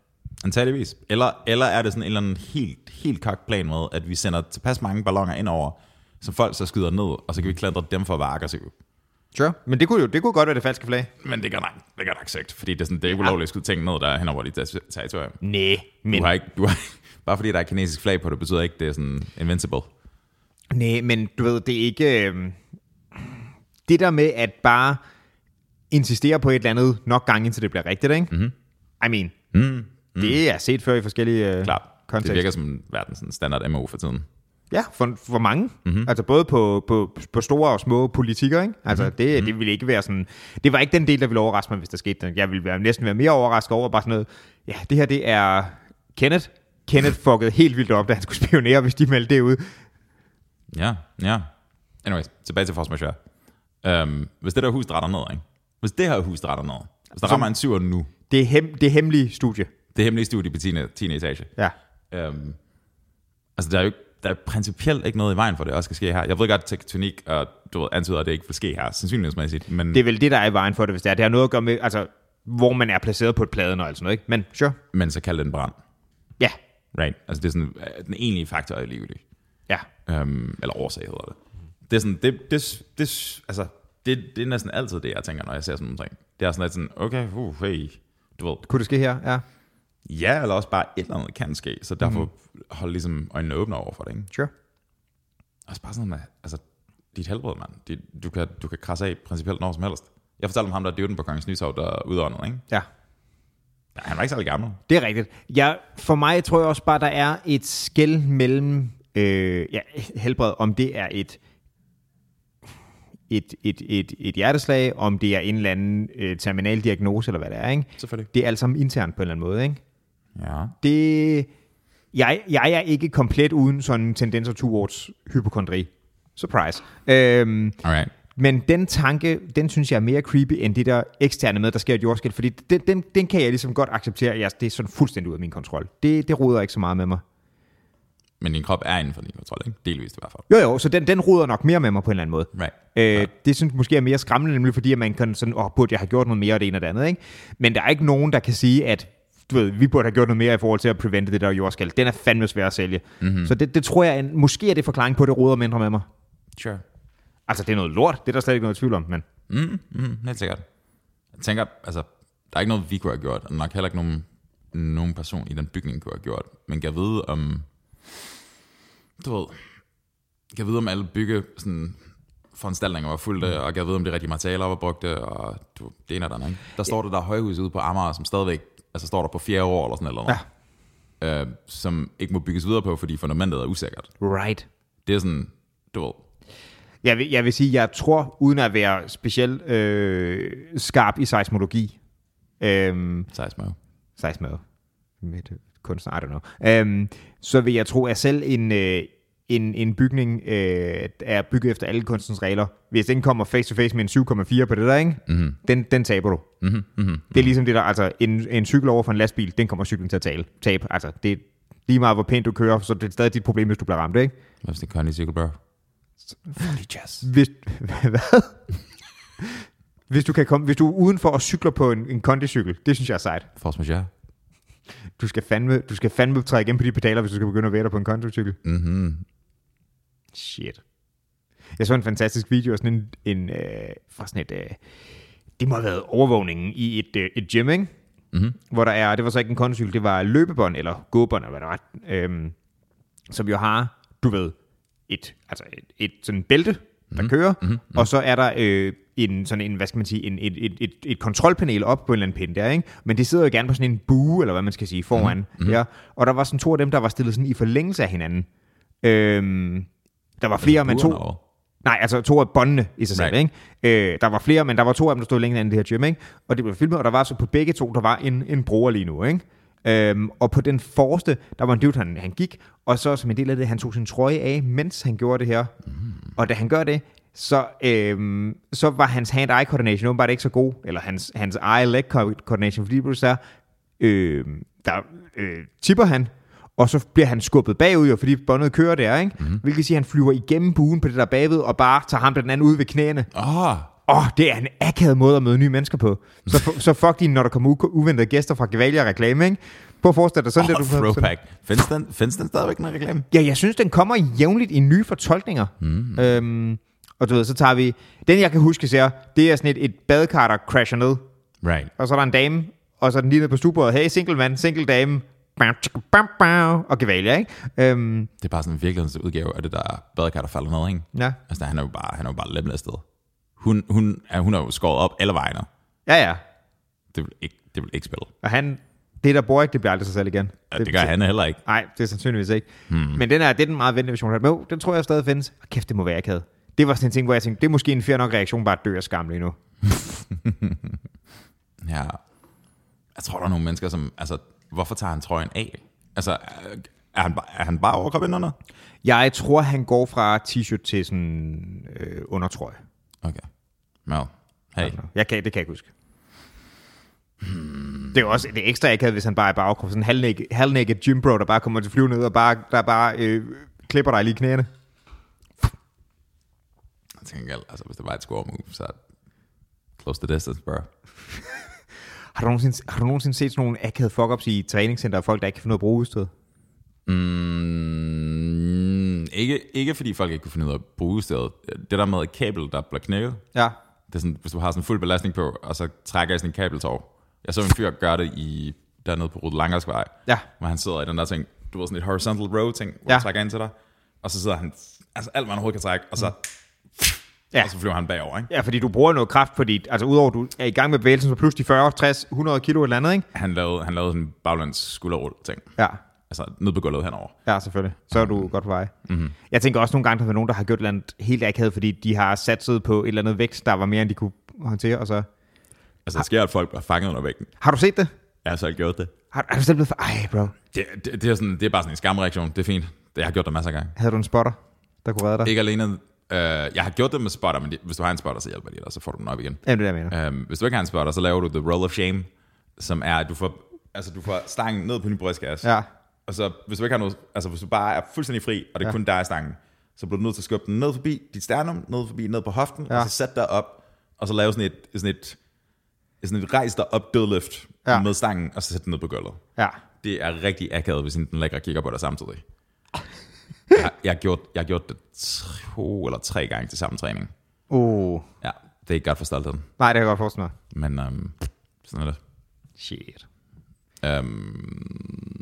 [SPEAKER 1] Antageligvis. Eller, eller er det sådan en eller anden helt, helt kak plan med, at vi sender tilpas mange ballonger ind over, som folk så skyder ned, og så kan vi klandre dem for at være aggressive.
[SPEAKER 2] Sure. Men det kunne jo det kunne godt være det falske flag.
[SPEAKER 1] Men det gør nok, det gør nok sigt, fordi det er, sådan, det er ikke ulovligt at skyde ting ned, der er hen over dit ter- territorium.
[SPEAKER 2] Nej, men,
[SPEAKER 1] Du har ikke, du har, bare fordi der er kinesisk flag på, det betyder ikke, det er sådan invincible.
[SPEAKER 2] nej, men du ved, det er ikke... øhm, Det der med at bare insistere på et eller andet nok gange, indtil det bliver rigtigt, ikke? Mm-hmm. I mean,
[SPEAKER 1] Mm,
[SPEAKER 2] det er set før i forskellige øh,
[SPEAKER 1] klart. Det
[SPEAKER 2] kontekster.
[SPEAKER 1] virker som verdens sådan standard MO for tiden.
[SPEAKER 2] Ja, for, for mange. Mm-hmm. Altså både på, på, på store og små politikere, ikke? Altså mm-hmm. det, det ville ikke være sådan... Det var ikke den del, der ville overraske mig, hvis der skete den. Jeg ville være, næsten være mere overrasket over bare sådan noget... Ja, det her det er Kenneth. Kenneth fuckede helt vildt op, da han skulle spionere, hvis de meldte det ud.
[SPEAKER 1] Ja, ja. Anyways, tilbage til force majeure. Øhm, hvis det der hus drætter ned, ikke? Hvis det her hus drætter ned, hvis der rammer en syver nu,
[SPEAKER 2] Det er, hem, det er hemmelige studie.
[SPEAKER 1] det hemmelige studie på 10. 10. etage,
[SPEAKER 2] Ja.
[SPEAKER 1] Øhm, altså, der er jo ikke, der er principielt ikke noget i vejen for, at det også skal ske her. Jeg ved godt, at tektonik og du ved, antyder, at det ikke vil ske her, sandsynlighedsmæssigt. Men,
[SPEAKER 2] Det er vel det, der er i vejen for det, hvis det er. Det har noget at gøre med, altså, hvor man er placeret på et pladen og alt sådan noget, ikke? Men sure.
[SPEAKER 1] men så kald det en brand.
[SPEAKER 2] Ja.
[SPEAKER 1] Right? Altså, det er sådan, øh, den egentlige faktor er livet.
[SPEAKER 2] Ja.
[SPEAKER 1] Øhm, eller årsag hedder det. Det er sådan, det, det, det, altså, det, det er næsten altid det, jeg tænker, når jeg ser sådan nogle ting. Det er sådan lidt sådan, okay, uh, hey, du ved,
[SPEAKER 2] Kunne det ske her? Ja.
[SPEAKER 1] Ja, eller også bare et eller andet kan ske, så derfor mm. hold ligesom øjnene åbne over for det, ikke?
[SPEAKER 2] Sure.
[SPEAKER 1] Også bare sådan noget med, altså, dit helbred, mand. Dit, du, kan, du kan krasse af principielt når som helst. Jeg fortalte om ham, der døde den på Kongens Nytorv, der udåndede, ikke?
[SPEAKER 2] Ja.
[SPEAKER 1] Han var ikke særlig gammel.
[SPEAKER 2] Det er rigtigt. Jeg, for mig tror jeg også bare, der er et skæld mellem øh, ja, helbred, om det er et, et, et, et, et hjerteslag, om det er en eller anden øh, terminal diagnose, eller hvad det er. Ikke?
[SPEAKER 1] Selvfølgelig.
[SPEAKER 2] Det er alt sammen internt på en eller anden måde. Ikke?
[SPEAKER 1] Ja.
[SPEAKER 2] Det, jeg, jeg er ikke komplet uden sådan tendenser towards hypokondri. Surprise. Øhm,
[SPEAKER 1] Alright.
[SPEAKER 2] men den tanke, den synes jeg er mere creepy end det der eksterne med, der sker et jordskæld, fordi den, den, den kan jeg ligesom godt acceptere. Jeg, det er sådan fuldstændig ud af min kontrol. Det, det ruder ikke så meget med mig.
[SPEAKER 1] Men din krop er inden for din kontrol, ikke? Delvist i hvert fald.
[SPEAKER 2] Jo jo, så den, den ruder nok mere med mig på en eller anden måde.
[SPEAKER 1] Right.
[SPEAKER 2] Øh, det synes jeg måske er mere skræmmende, nemlig fordi, at man kan sådan, åh, burde jeg have gjort noget mere og det ene og det andet, ikke? Men der er ikke nogen, der kan sige, at du ved, vi burde have gjort noget mere i forhold til at prevente det der jordskæld. Den er fandme svær at sælge. Mm-hmm. Så det, det, tror jeg, er en, måske er det forklaring på, at det ruder mindre med mig.
[SPEAKER 1] Sure.
[SPEAKER 2] Altså, det er noget lort, det er der slet ikke noget tvivl om, men
[SPEAKER 1] Mm, mm, helt sikkert. Jeg tænker, altså, der er ikke noget, vi kunne have gjort, og nok heller ikke nogen, nogen person i den bygning kunne have gjort. Men kan jeg vide om, du ved, kan jeg vide om alle bygge sådan, foranstaltninger var fuldt af, og kan jeg vide om det rigtige materialer var brugt, og du, det ene og det andet, ikke? Der står det der højhus ude på Amager, som stadigvæk, altså står der på fjerde år eller sådan et eller andet, ja. øh, som ikke må bygges videre på, fordi fundamentet er usikkert.
[SPEAKER 2] right.
[SPEAKER 1] Det er sådan, du ved,
[SPEAKER 2] Jeg vil, jeg vil sige, jeg tror, uden at være specielt øh, skarp i seismologi, øhm,
[SPEAKER 1] sejsmøv.
[SPEAKER 2] seismad med kunstner, I don't know, øhm, så vil jeg tro, at selv en, øh, en, en bygning øh, er bygget efter alle kunstens regler. Hvis den kommer face to face med en 7,4 på det der, ikke?
[SPEAKER 1] Mhm,
[SPEAKER 2] Mm-hmm. Den, den taber du.
[SPEAKER 1] Mm-hmm, mm-hmm.
[SPEAKER 2] Det er ligesom det der, altså en, en cykel over for en lastbil, den kommer cyklen til at tale, tabe. Altså det er lige meget, hvor pænt du kører, så det er stadig dit problem, hvis du bliver ramt, ikke?
[SPEAKER 1] Hvad hvis det er Connie Cykelberg? jazz.
[SPEAKER 2] Hvis, hvad? Hvis du, kan komme, hvis du er udenfor og cykler på en, en kondicykel, det synes jeg er sejt.
[SPEAKER 1] Force majeure.
[SPEAKER 2] Du skal fandme, du skal fandme træde igen på de pedaler, hvis du skal begynde at være der på en kondicykel.
[SPEAKER 1] Mm-hmm.
[SPEAKER 2] Shit. Jeg så en fantastisk video af sådan en, en øh, fra sådan et, øh, det må have været overvågningen i et, øh, et gym, ikke?
[SPEAKER 1] Mhm.
[SPEAKER 2] Hvor der er, det var så ikke en kondicykel, det var løbebånd, eller gåbånd, eller hvad det var, øhm, som jo har, du ved, et, altså et, et sådan bælte, der kører, mm-hmm. og så er der øh, en, sådan en, hvad skal man sige, en, et, et, et, et kontrolpanel op på en eller anden pind der, ikke? Men det sidder jo gerne på sådan en bue, eller hvad man skal sige, foran. Mm-hmm. Ja. Og der var sådan to af dem, der var stillet sådan i forlængelse af hinanden. Øhm, der var flere, men to...
[SPEAKER 1] Buerne over.
[SPEAKER 2] Nej, altså to af båndene i sig selv,
[SPEAKER 1] Right.
[SPEAKER 2] ikke? Øh, der var flere, men der var to af dem, der stod længere end det her gym, ikke? Og det blev filmet, og der var så på begge to, der var en, en bruger lige nu, ikke? Øhm, og på den forreste, der var en dude, han, han gik, og så som en del af det, han tog sin trøje af, mens han gjorde det her. Mm. Og da han gør det, så, øhm, så var hans hand-eye coordination åbenbart ikke så god, eller hans, hans eye-leg co- coordination, fordi det så, øh, der øh, tipper han, og så bliver han skubbet bagud, jo, fordi båndet kører der, ikke? Mm-hmm. Hvilket siger, at han flyver igennem buen på det der bagved, og bare tager ham den anden ud ved knæene.
[SPEAKER 1] Åh,
[SPEAKER 2] Åh, oh, det er en akavet måde at møde nye mennesker på. Så, fu- så fuck din, når der kommer u- uventede gæster fra Gevalia Reklame, ikke? Prøv at forestille dig sådan,
[SPEAKER 1] oh,
[SPEAKER 2] oh, det du...
[SPEAKER 1] throwback. Findes den, findes den stadigvæk en reklame?
[SPEAKER 2] Ja, jeg synes, den kommer jævnligt i nye fortolkninger. Mm. Øhm, og du ved, så tager vi... Den, jeg kan huske, ser, det er sådan et, et badekar, der crasher ned.
[SPEAKER 1] Right.
[SPEAKER 2] Og så er der en dame, og så er den lige nede på stuebordet. Hey, single mand, single dame. Bam, tjek, bam, bam, og Gevalia, ikke? Øhm,
[SPEAKER 1] Det er bare sådan en virkelighedsudgave af det der badekar, der falder ned, ikke?
[SPEAKER 2] ja.
[SPEAKER 1] Altså, han er jo bare, han er jo bare lemlæstet. Hun, hun, er, hun er jo skåret op alle vejene.
[SPEAKER 2] ja, ja.
[SPEAKER 1] Det vil ikke, det vil ikke spille.
[SPEAKER 2] Og han, det der bor ikke, det bliver aldrig sig selv igen.
[SPEAKER 1] Ja, det, gør han heller ikke.
[SPEAKER 2] Nej, det er sandsynligvis ikke. Hmm. Men den er, det er den meget vente version. Men jo, den tror jeg stadig findes. Og kæft, det må være akavet. Det var sådan en ting, hvor jeg tænkte, det er måske en fair nok reaktion, bare at dø af skam lige nu.
[SPEAKER 1] Ja. Jeg tror, der er nogle mennesker, som... Altså, hvorfor tager han trøjen af? Altså, er- er han, bare- er han bare overkroppet indenunder?
[SPEAKER 2] Jeg tror, han går fra t-shirt til sådan øh, undertrøje. Altså,
[SPEAKER 1] Okay. Well, hey.
[SPEAKER 2] Jeg kan, det kan jeg ikke huske. Det er jo også det er ekstra akavet, hvis han bare er bare afkrop. Sådan en halvnækket, halvnækket gym bro, der bare kommer til flyve ned og bare, der bare øh, klipper dig lige i knæene.
[SPEAKER 1] Til gengæld, altså, hvis det var et score move, så... Close altså, the distance, bro.
[SPEAKER 2] Har du nogensinde, har du nogensinde set sådan nogle akavede fuck-ups i træningscenter af folk, der ikke kan finde noget at bruge udstedet?
[SPEAKER 1] Mm, ikke, ikke fordi folk ikke kunne finde ud af at bruge stedet. Det der med et kabel, der bliver knækket,
[SPEAKER 2] Ja.
[SPEAKER 1] det er sådan, hvis du har sådan fuld belastning på, og så trækker jeg sådan en kabeltov. Jeg så en fyr gøre det i dernede på Rud Langersvej,
[SPEAKER 2] Ja.
[SPEAKER 1] hvor han sidder i den der ting, du ved sådan et horizontal row ting, hvor
[SPEAKER 2] Ja.
[SPEAKER 1] ja. han trækker ind til dig, og så sidder han, altså alt, hvad han overhovedet kan trække, og så,
[SPEAKER 2] Ja.
[SPEAKER 1] ja. og så flyver han bagover, ikke?
[SPEAKER 2] Ja, fordi du bruger noget kraft på dit... Altså, udover at du er i gang med bevægelsen, så pludselig 40, 60, 100 kilo eller andet, ikke?
[SPEAKER 1] Han lavede, han lavede sådan en baglands skulderrull ting,
[SPEAKER 2] Ja.
[SPEAKER 1] altså ned på gulvet henover.
[SPEAKER 2] Ja, selvfølgelig. Så er du godt på vej. Mm-hmm. Jeg tænker også nogle gange, der er nogen, der har gjort et eller andet helt akavet, fordi de har satset på et eller andet vægt, der var mere, end de kunne håndtere. Og så...
[SPEAKER 1] Altså det sker, at folk er fanget under vægten.
[SPEAKER 2] Har du set det?
[SPEAKER 1] Jeg har selv gjort det.
[SPEAKER 2] Har, har du selv blevet... for- Ej, bro.
[SPEAKER 1] Det, det, det, er sådan, det er bare sådan en skamreaktion, det er fint. Det, jeg har gjort det masser af gange.
[SPEAKER 2] Havde du en spotter, der kunne redde dig?
[SPEAKER 1] Ikke alene, øh, jeg har gjort det med spotter, men det, hvis du har en spotter, så hjælper de dig, og så får du den op igen.
[SPEAKER 2] Ja, det er det, jeg mener.
[SPEAKER 1] Øhm, hvis du ikke har en spotter, så laver du the roll of shame, som er, at du får, altså, du får stangen ned på din brystkasse.
[SPEAKER 2] Ja.
[SPEAKER 1] Og så, hvis du ikke har noget, altså hvis du bare er fuldstændig fri, og det er ja. kun dig i stangen, så bliver du nødt til at skubbe den ned forbi dit sternum, ned forbi, ned på hoften,
[SPEAKER 2] Ja.
[SPEAKER 1] ja. og så sæt dig op, og så lave sådan et, sådan et, sådan et rejs dig op dødløft
[SPEAKER 2] Ja.
[SPEAKER 1] ja. med stangen, og så sæt den ned på gulvet.
[SPEAKER 2] Ja.
[SPEAKER 1] Det er rigtig akavet, hvis den lægger og kigger på dig samtidig. Jeg, jeg, har gjort, jeg har gjort det to eller tre gange til samme træning.
[SPEAKER 2] Uh.
[SPEAKER 1] Ja, det er ikke godt for stoltheden,
[SPEAKER 2] Nej, det kan jeg godt forestille mig.
[SPEAKER 1] men øhm, sådan er det.
[SPEAKER 2] Shit.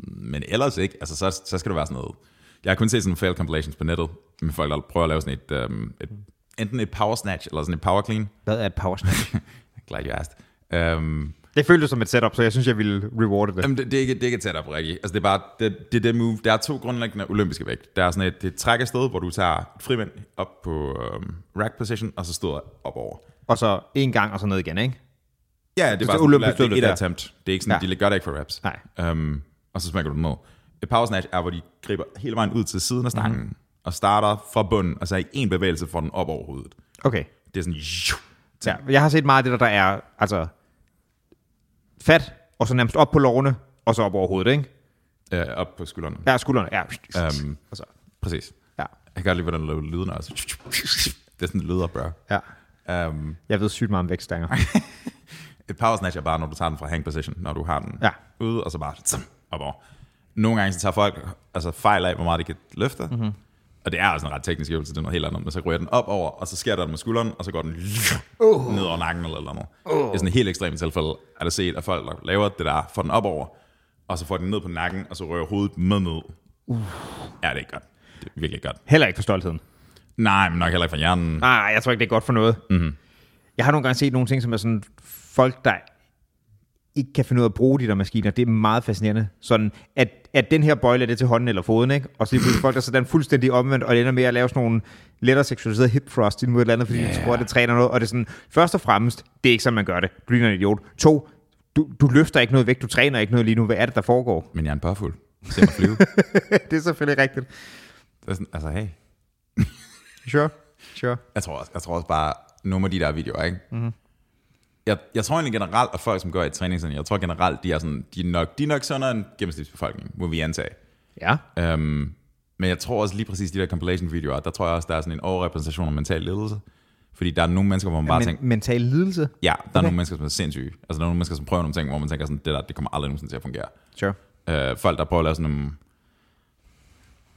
[SPEAKER 1] Men ellers ikke. Altså, så, så skal det være sådan noget. Jeg har kun set sådan fail compilations på nettet, med folk, der prøver at lave sådan et, øhm, et enten et power snatch, eller sådan et power clean.
[SPEAKER 2] Hvad er et power snatch?
[SPEAKER 1] Glad you asked. Øhm,
[SPEAKER 2] det føltes som et setup, så jeg synes, jeg ville rewarde det.
[SPEAKER 1] jamen, det, det, er ikke, det er ikke et setup, Rikke. Altså, det er bare, det, det, er det move. Der er to grundlæggende olympiske vægt. Der er sådan et, det er et træk afsted, hvor du tager et frivind op på øhm, rack position, og så står op over.
[SPEAKER 2] Og så en gang, og så ned igen, ikke?
[SPEAKER 1] Ja, det er bare
[SPEAKER 2] det er olympisk
[SPEAKER 1] sådan, det
[SPEAKER 2] stødløb,
[SPEAKER 1] er
[SPEAKER 2] ja.
[SPEAKER 1] et attempt. Det er ikke sådan,
[SPEAKER 2] Ja.
[SPEAKER 1] ja. de gør det ikke for reps.
[SPEAKER 2] Nej.
[SPEAKER 1] Øhm, og så smækker du den ned. Et power snatch er, hvor de griber hele vejen ud til siden af
[SPEAKER 2] Mhm.
[SPEAKER 1] stangen, mm. og starter fra bunden, og så i en bevægelse får den op over hovedet.
[SPEAKER 2] Okay.
[SPEAKER 1] Det er sådan... Shoo,
[SPEAKER 2] Ja, jeg har set meget af det, der, der er altså, fat, og så nærmest op på lårene, og så op over hovedet, ikke?
[SPEAKER 1] øh, op på skuldrene.
[SPEAKER 2] Ja, skuldrene. Ja.
[SPEAKER 1] Øhm,
[SPEAKER 2] og så,
[SPEAKER 1] Præcis.
[SPEAKER 2] Altså, ja.
[SPEAKER 1] Jeg kan godt lide, hvordan du laver lyden også. Det er sådan, det lyder bør.
[SPEAKER 2] ja.
[SPEAKER 1] Øhm,
[SPEAKER 2] Jeg ved sygt meget om vækststanger.
[SPEAKER 1] et power snatch er bare, når du tager den fra hang position, når du har den
[SPEAKER 2] Ja.
[SPEAKER 1] ude, og så bare tsum, op over. Nogle gange så tager folk altså fejl af, hvor meget de kan løfte. Mm-hmm. Og det er også en ret teknisk øvelse, det er noget helt andet, men så ryger den op over, og så sker der den med skulderen, og så går den uh. ned over nakken eller noget. Uh. I sådan et helt ekstremt tilfælde er der set, at folk der laver det der, får den op over, og så får den ned på nakken, og så rører hovedet med ned. Uh. Ja, det er ikke godt. Det er virkelig ikke godt.
[SPEAKER 2] Heller ikke for stoltheden.
[SPEAKER 1] Nej, men nok heller ikke for hjernen.
[SPEAKER 2] Nej, jeg tror ikke, det er godt for noget. Mm-hmm. Jeg har nogle gange set nogle ting, som er sådan folk, der ikke kan finde ud af at bruge de der maskiner. Det er meget fascinerende. Sådan, at, at den her bøjle er det til hånden eller foden, ikke? Og så lige pludselig folk, der sådan fuldstændig omvendt, og det ender med at lave sådan nogle lettere seksualiserede hip thrust ind mod et eller andet, fordi yeah. de tror, at det træner noget. Og det er sådan, først og fremmest, det er ikke sådan, man gør det. Du ligner en idiot. To, du, du løfter ikke noget væk, du træner ikke noget lige nu. Hvad er det, der foregår?
[SPEAKER 1] Men jeg er en påfugl. Se mig flyve.
[SPEAKER 2] det er selvfølgelig rigtigt.
[SPEAKER 1] det er sådan, altså, hey.
[SPEAKER 2] Sure, sure.
[SPEAKER 1] Jeg tror også, jeg tror også bare, nogle af de der videoer, ikke? Mm-hmm. Jeg, jeg tror egentlig generelt, at folk, som går i træningscenter, jeg tror generelt, de er, sådan, de er nok, de er nok sundere end gennemsnitsbefolkningen, må vi antage.
[SPEAKER 2] Ja.
[SPEAKER 1] Øhm, men jeg tror også lige præcis de der compilation-videoer, der tror jeg også, der er sådan en overrepræsentation af mental lidelse. Fordi der er nogle mennesker, hvor man bare
[SPEAKER 2] Men,
[SPEAKER 1] tænker,
[SPEAKER 2] mental lidelse.
[SPEAKER 1] ja, der er nogle mennesker, som er sindssyge. Altså der er nogle mennesker, som prøver nogle ting, hvor man tænker sådan, det der, det kommer aldrig nogensinde til at fungere
[SPEAKER 2] Sure.
[SPEAKER 1] øh, folk, der prøver at lave sådan nogle,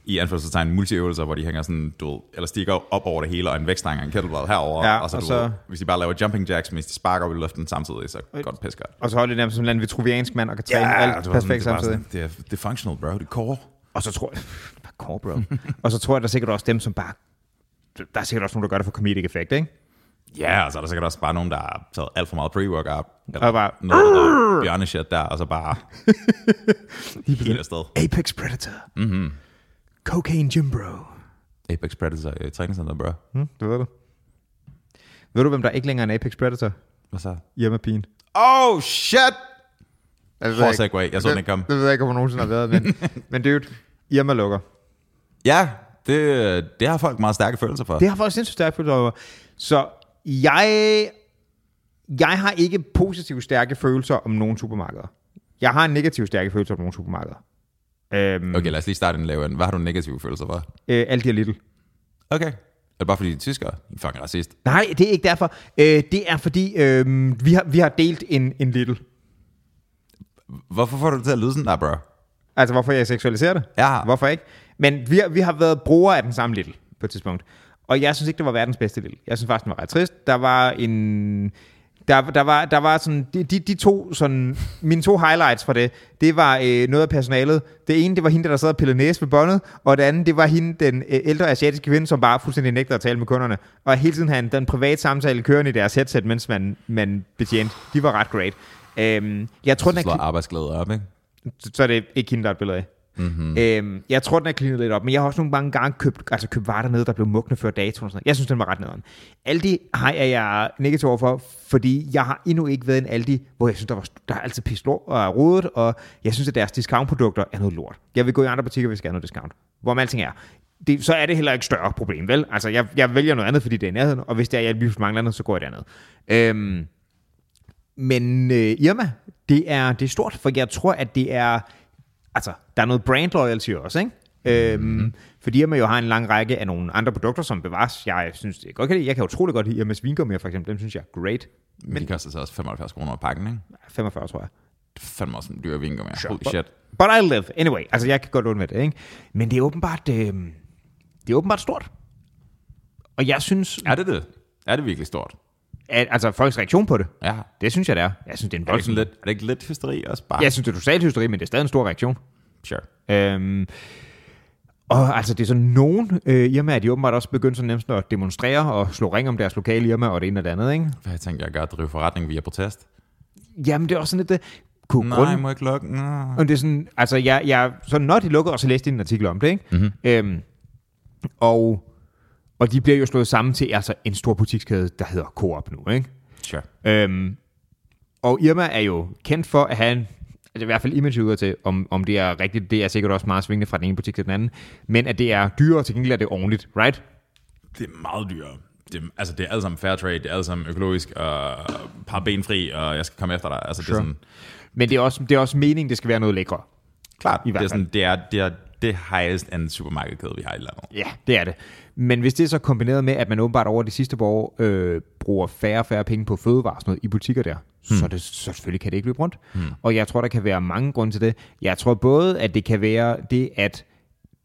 [SPEAKER 1] i anførselstegn, multiøvelser, hvor de hænger sådan, du ved, eller stikker op over det hele, og en vægtstang og en kettlebell herover
[SPEAKER 2] Ja,
[SPEAKER 1] og så,
[SPEAKER 2] og
[SPEAKER 1] du
[SPEAKER 2] så-
[SPEAKER 1] Ved, hvis de bare laver jumping jacks, mens de sparker op i luften samtidig, så går det pisse godt.
[SPEAKER 2] Og så holder det nærmest som en eller anden vitruviansk mand og kan træne ja, alt
[SPEAKER 1] du ved, sådan,
[SPEAKER 2] perfekt
[SPEAKER 1] det er bare
[SPEAKER 2] samtidig.
[SPEAKER 1] Sådan, det, er, det er functional, bro. Det er core.
[SPEAKER 2] Og så tror jeg... Bare core, bro. og så tror jeg, der er sikkert også dem, som bare... Der er sikkert også nogen, der gør det for comedic effect, ikke?
[SPEAKER 1] Ja, og så er der sikkert også bare nogen, der har taget alt for meget pre-workout, eller
[SPEAKER 2] Og bare- Ah!
[SPEAKER 1] noget, der bjørneshit der, og så bare helt afsted.
[SPEAKER 2] Apex Predator. Mm-hmm. Cocaine Jim Bro.
[SPEAKER 1] Apex Predator i træningscenter, bro.
[SPEAKER 2] Hmm, du ved det. Ved du, hvem der ikke længere er en Apex Predator?
[SPEAKER 1] Hvad så?
[SPEAKER 2] Irma-pigen.
[SPEAKER 1] Oh, shit!
[SPEAKER 2] Altså,
[SPEAKER 1] Hård segue. Jeg så den ikke komme.
[SPEAKER 2] Det ved jeg ikke, om hun nogensinde har været, men, men dude, Irma lukker.
[SPEAKER 1] Ja, det, det har folk meget stærke følelser for.
[SPEAKER 2] Det har faktisk sindssygt stærke følelser over. Så jeg, jeg har ikke positive stærke følelser om nogen supermarkeder. Jeg har negative stærke følelser om nogle supermarkeder. Øhm,
[SPEAKER 1] Okay, lad os lige starte den lave ende. Hvad har du negative følelser for?
[SPEAKER 2] øh, alt det little.
[SPEAKER 1] Okay. Er det bare fordi, de er tyskere? De er fucking racist.
[SPEAKER 2] Nej, det er ikke derfor. Øh, det er fordi, øh, vi, har, vi har delt en, en little.
[SPEAKER 1] Hvorfor får du det til at lyde sådan der, bro?
[SPEAKER 2] Altså, hvorfor jeg seksualiserer det?
[SPEAKER 1] Ja.
[SPEAKER 2] Hvorfor ikke? Men vi har, vi har været brugere af den samme Little på et tidspunkt. Og jeg synes ikke, det var verdens bedste Little. Jeg synes faktisk, den var ret trist. Der var en... Der, der, var, der var sådan, de, de, de to, sådan, mine to highlights fra det, det var øh, noget af personalet. Det ene, det var hende, der sad og pillede næse med båndet, og det andet, det var hende, den øh, ældre asiatiske kvinde, som bare fuldstændig nægter at tale med kunderne. Og hele tiden havde en, den private samtale kørende i deres headset, mens man, man betjente. De var ret great. Øhm, jeg
[SPEAKER 1] Så
[SPEAKER 2] tror, den er,
[SPEAKER 1] slår arbejdsglæde op, ikke?
[SPEAKER 2] så er det ikke hende, der er et billede af. Mm-hmm. Øhm, jeg tror, den er klinet lidt op, men jeg har også nogle mange gange købt, altså købt varer dernede, der blev mugne før datoen og sådan noget. Jeg synes, den var ret nederen. Aldi har jeg, jeg negativ overfor, fordi jeg har endnu ikke været en Aldi, hvor jeg synes, der, var, der er altid pis lort og rodet, og jeg synes, at deres discountprodukter er noget lort. Jeg vil gå i andre butikker, hvis jeg skal have noget discount. Hvor alting er. Det, så er det heller ikke større problem, vel? Altså, jeg, jeg vælger noget andet, fordi det er i nærheden, og hvis det er, jeg lige pludselig mangler noget, så går jeg derned. Øhm, men øh, Irma, det er, det er stort, for jeg tror, at det er... Altså, der er noget brand loyalty også, ikke? Øhm, mm-hmm. Fordi Irma jo har en lang række af nogle andre produkter, som bevares. Jeg synes, det er godt kan lide. Jeg kan utrolig godt lide Irmas vingummier, for eksempel. Dem synes jeg er great.
[SPEAKER 1] Men de koster så også 75 kroner pakken, ikke?
[SPEAKER 2] 45, tror jeg.
[SPEAKER 1] Det er fandme også en dyr vingummi.
[SPEAKER 2] Sure.
[SPEAKER 1] Holy shit.
[SPEAKER 2] But I live. Anyway, altså jeg kan godt undvære det, ikke? Men det er åbenbart, øh, det er åbenbart stort. Og jeg synes,
[SPEAKER 1] Er det det? Er det virkelig stort?
[SPEAKER 2] at, altså folks reaktion på det,
[SPEAKER 1] Ja. Er
[SPEAKER 2] det synes jeg, det er. Jeg synes, det er en
[SPEAKER 1] det, ikke
[SPEAKER 2] voldsom...
[SPEAKER 1] sådan lidt, er det ikke lidt hysteri også bare?
[SPEAKER 2] Jeg synes, det er totalt hysteri, men det er stadig en stor reaktion.
[SPEAKER 1] Sure.
[SPEAKER 2] Øhm, og altså, det er sådan nogen øh, Irma, at de åbenbart også begyndt sådan nemt at demonstrere og slå ring om deres lokale Irma og det ene og det andet, ikke?
[SPEAKER 1] Hvad tænkte jeg at gøre? Drive forretning via protest?
[SPEAKER 2] Jamen, det er også sådan lidt det. Kunne
[SPEAKER 1] Nej,
[SPEAKER 2] grunden-
[SPEAKER 1] må jeg ikke lukke? Nå.
[SPEAKER 2] Og det er sådan, altså, jeg, jeg, så når de lukkede, og så læste jeg en artikel om det, ikke? Mm-hmm. Øhm, og, og de bliver jo slået sammen til altså, en stor butikskæde, der hedder Coop nu, ikke?
[SPEAKER 1] Sure.
[SPEAKER 2] Øhm, og Irma er jo kendt for at have en, altså i hvert fald image ud til, om, om det er rigtigt, det er sikkert også meget svingende fra den ene butik til den anden, men at det er dyrere, til gengæld er det ordentligt, right?
[SPEAKER 1] Det er meget dyrere. Det, er- altså, det er alt sammen fair trade, det er alt sammen økologisk, og par benfri, og jeg skal komme efter dig. Altså, sure. det er sådan,
[SPEAKER 2] Men det er også, det er også meningen, det skal være noget lækre.
[SPEAKER 1] klart,
[SPEAKER 2] I hvert
[SPEAKER 1] det er, sådan, det er, det er det highest end supermarkedkæde, vi har i landet.
[SPEAKER 2] Ja, det er det. Men hvis det er så kombineret med, at man åbenbart over de sidste par år øh, bruger færre og færre penge på fødevarer og sådan noget i butikker der, hmm. så, er det, så selvfølgelig kan det ikke løbe rundt. Hmm. Og jeg tror, der kan være mange grunde til det. Jeg tror både, at det kan være det, at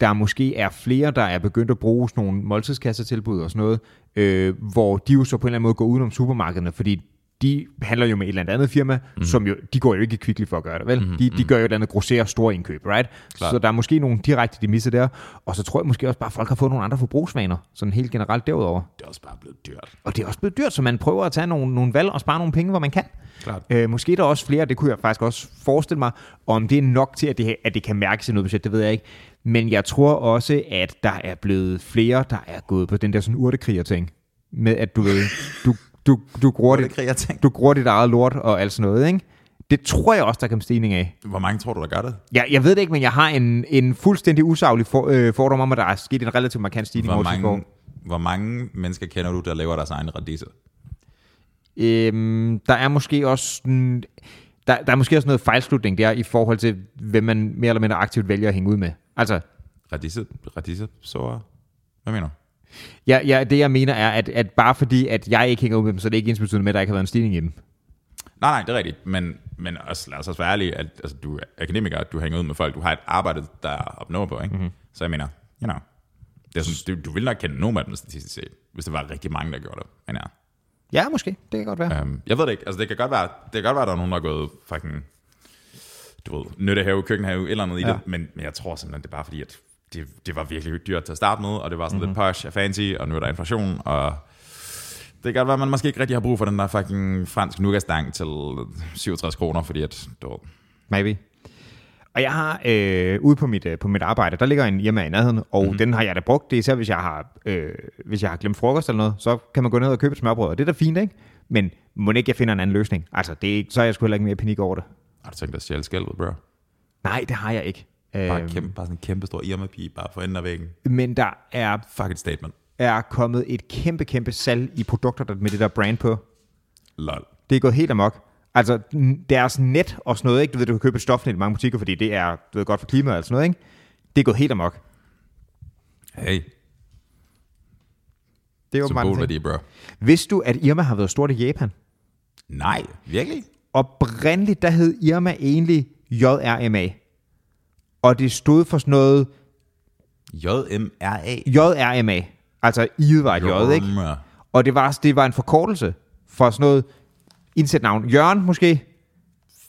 [SPEAKER 2] der måske er flere, der er begyndt at bruge sådan nogle måltidskassetilbud og sådan noget, øh, hvor de jo så på en eller anden måde går udenom supermarkederne, fordi de handler jo med et eller andet firma, mm. som jo, de går jo ikke i Kvickly for at gøre det, vel? Mm. De, de gør jo et eller andet grossere store indkøb, right? Klar. Så der er måske nogle direkte de misser der, og så tror jeg måske også bare, at folk har fået nogle andre forbrugsvaner, sådan helt generelt derudover.
[SPEAKER 1] Det er også bare blevet dyrt.
[SPEAKER 2] Og det er også blevet dyrt, så man prøver at tage nogle, nogle valg og spare nogle penge, hvor man kan.
[SPEAKER 1] Klart.
[SPEAKER 2] Øh, måske er der også flere, det kunne jeg faktisk også forestille mig, og om det er nok til, at det, at det kan mærkes i noget budget, det ved jeg ikke. Men jeg tror også, at der er blevet flere, der er gået på den der sådan urtekriger-ting, med at du ved, du, du, du, gror dit,
[SPEAKER 1] jeg tænkte.
[SPEAKER 2] du gror dit eget lort og alt sådan noget, ikke? Det tror jeg også, der kan stigning af.
[SPEAKER 1] Hvor mange tror du, der gør det?
[SPEAKER 2] Jeg, jeg ved det ikke, men jeg har en, en fuldstændig usaglig for, øh, fordom om, at der er sket en relativt markant stigning
[SPEAKER 1] Hvor
[SPEAKER 2] over mange...
[SPEAKER 1] mange, hvor mange mennesker kender du, der laver deres egne radiser?
[SPEAKER 2] Øhm, der er måske også sådan, der, der er måske også noget fejlslutning der i forhold til, hvem man mere eller mindre aktivt vælger at hænge ud med. Altså,
[SPEAKER 1] Radiser? Radiser? Så... Hvad mener du?
[SPEAKER 2] ja, ja, det jeg mener er, at, at bare fordi, at jeg ikke hænger ud med dem, så er det ikke ens med, at der ikke har været en stigning i dem.
[SPEAKER 1] Nej, nej, det er rigtigt, men, men også, lad os også være ærlige, at altså, du er akademiker, du hænger ud med folk, du har et arbejde, der er opnået på, ikke? Mm-hmm. Så jeg mener, you know, det er sådan, du, du vil nok kende nogen af dem statistisk set, hvis der var rigtig mange, der gjorde det, men ja.
[SPEAKER 2] Ja, måske. Det kan godt være. Ja.
[SPEAKER 1] Um, jeg ved det ikke, altså det kan godt være, det kan godt være, at der er nogen, der er gået fucking, du ved, nyttehave, køkkenhave, et eller andet ja. i
[SPEAKER 2] Ja.
[SPEAKER 1] det, men, men jeg tror simpelthen, det er bare fordi, at det, det var virkelig dyrt til at starte med, og det var
[SPEAKER 2] Mhm.
[SPEAKER 1] sådan mm-hmm. lidt posh og fancy, og nu er der inflation, og det kan godt være, at man måske ikke rigtig har brug for den der fucking fransk nougatstang til 67 kroner, fordi at, du ved,
[SPEAKER 2] Maybe. Og jeg har øh, ude på mit, øh, på mit arbejde, der ligger en hjemme i nærheden, og
[SPEAKER 1] Mhm.
[SPEAKER 2] mm-hmm. den har jeg da brugt. Det er især, hvis jeg, har, øh, hvis jeg har glemt frokost eller noget, så kan man gå ned og købe et smørbrød, og det er da fint, ikke? Men må ikke jeg finder en anden løsning? Altså, det er, ikke- så er jeg sgu heller ikke mere i panik over det.
[SPEAKER 1] har du tænkt dig at stjæle skælvet, bro?
[SPEAKER 2] Nej, det har jeg ikke.
[SPEAKER 1] Bare,
[SPEAKER 2] Øh,
[SPEAKER 1] kæmpe, bare sådan en kæmpe stor irma-pige, bare for enden af væggen.
[SPEAKER 2] men der er,
[SPEAKER 1] Fuck et statement.
[SPEAKER 2] er kommet et kæmpe, kæmpe salg i produkter der, med det der brand på.
[SPEAKER 1] Lol.
[SPEAKER 2] Det er gået helt amok. Altså, n- deres net og sådan noget, ikke? Du ved, du kan købe et stofnet i mange butikker, fordi det er du ved, godt for klimaet og sådan noget, ikke? Det er gået helt amok.
[SPEAKER 1] Hey,
[SPEAKER 2] Det er åbenbart en ting.
[SPEAKER 1] symbolværdi, bro.
[SPEAKER 2] Vidste du, at Irma har været stort i Japan?
[SPEAKER 1] Nej, virkelig?
[SPEAKER 2] Oprindeligt, der hed Irma egentlig JRMA. Og det stod for sådan noget
[SPEAKER 1] JMRA.
[SPEAKER 2] JRMA. Altså, I var et J, ikke?
[SPEAKER 1] Jorma.
[SPEAKER 2] Og det var, det var en forkortelse for sådan noget Indsæt navn. Jørgen måske.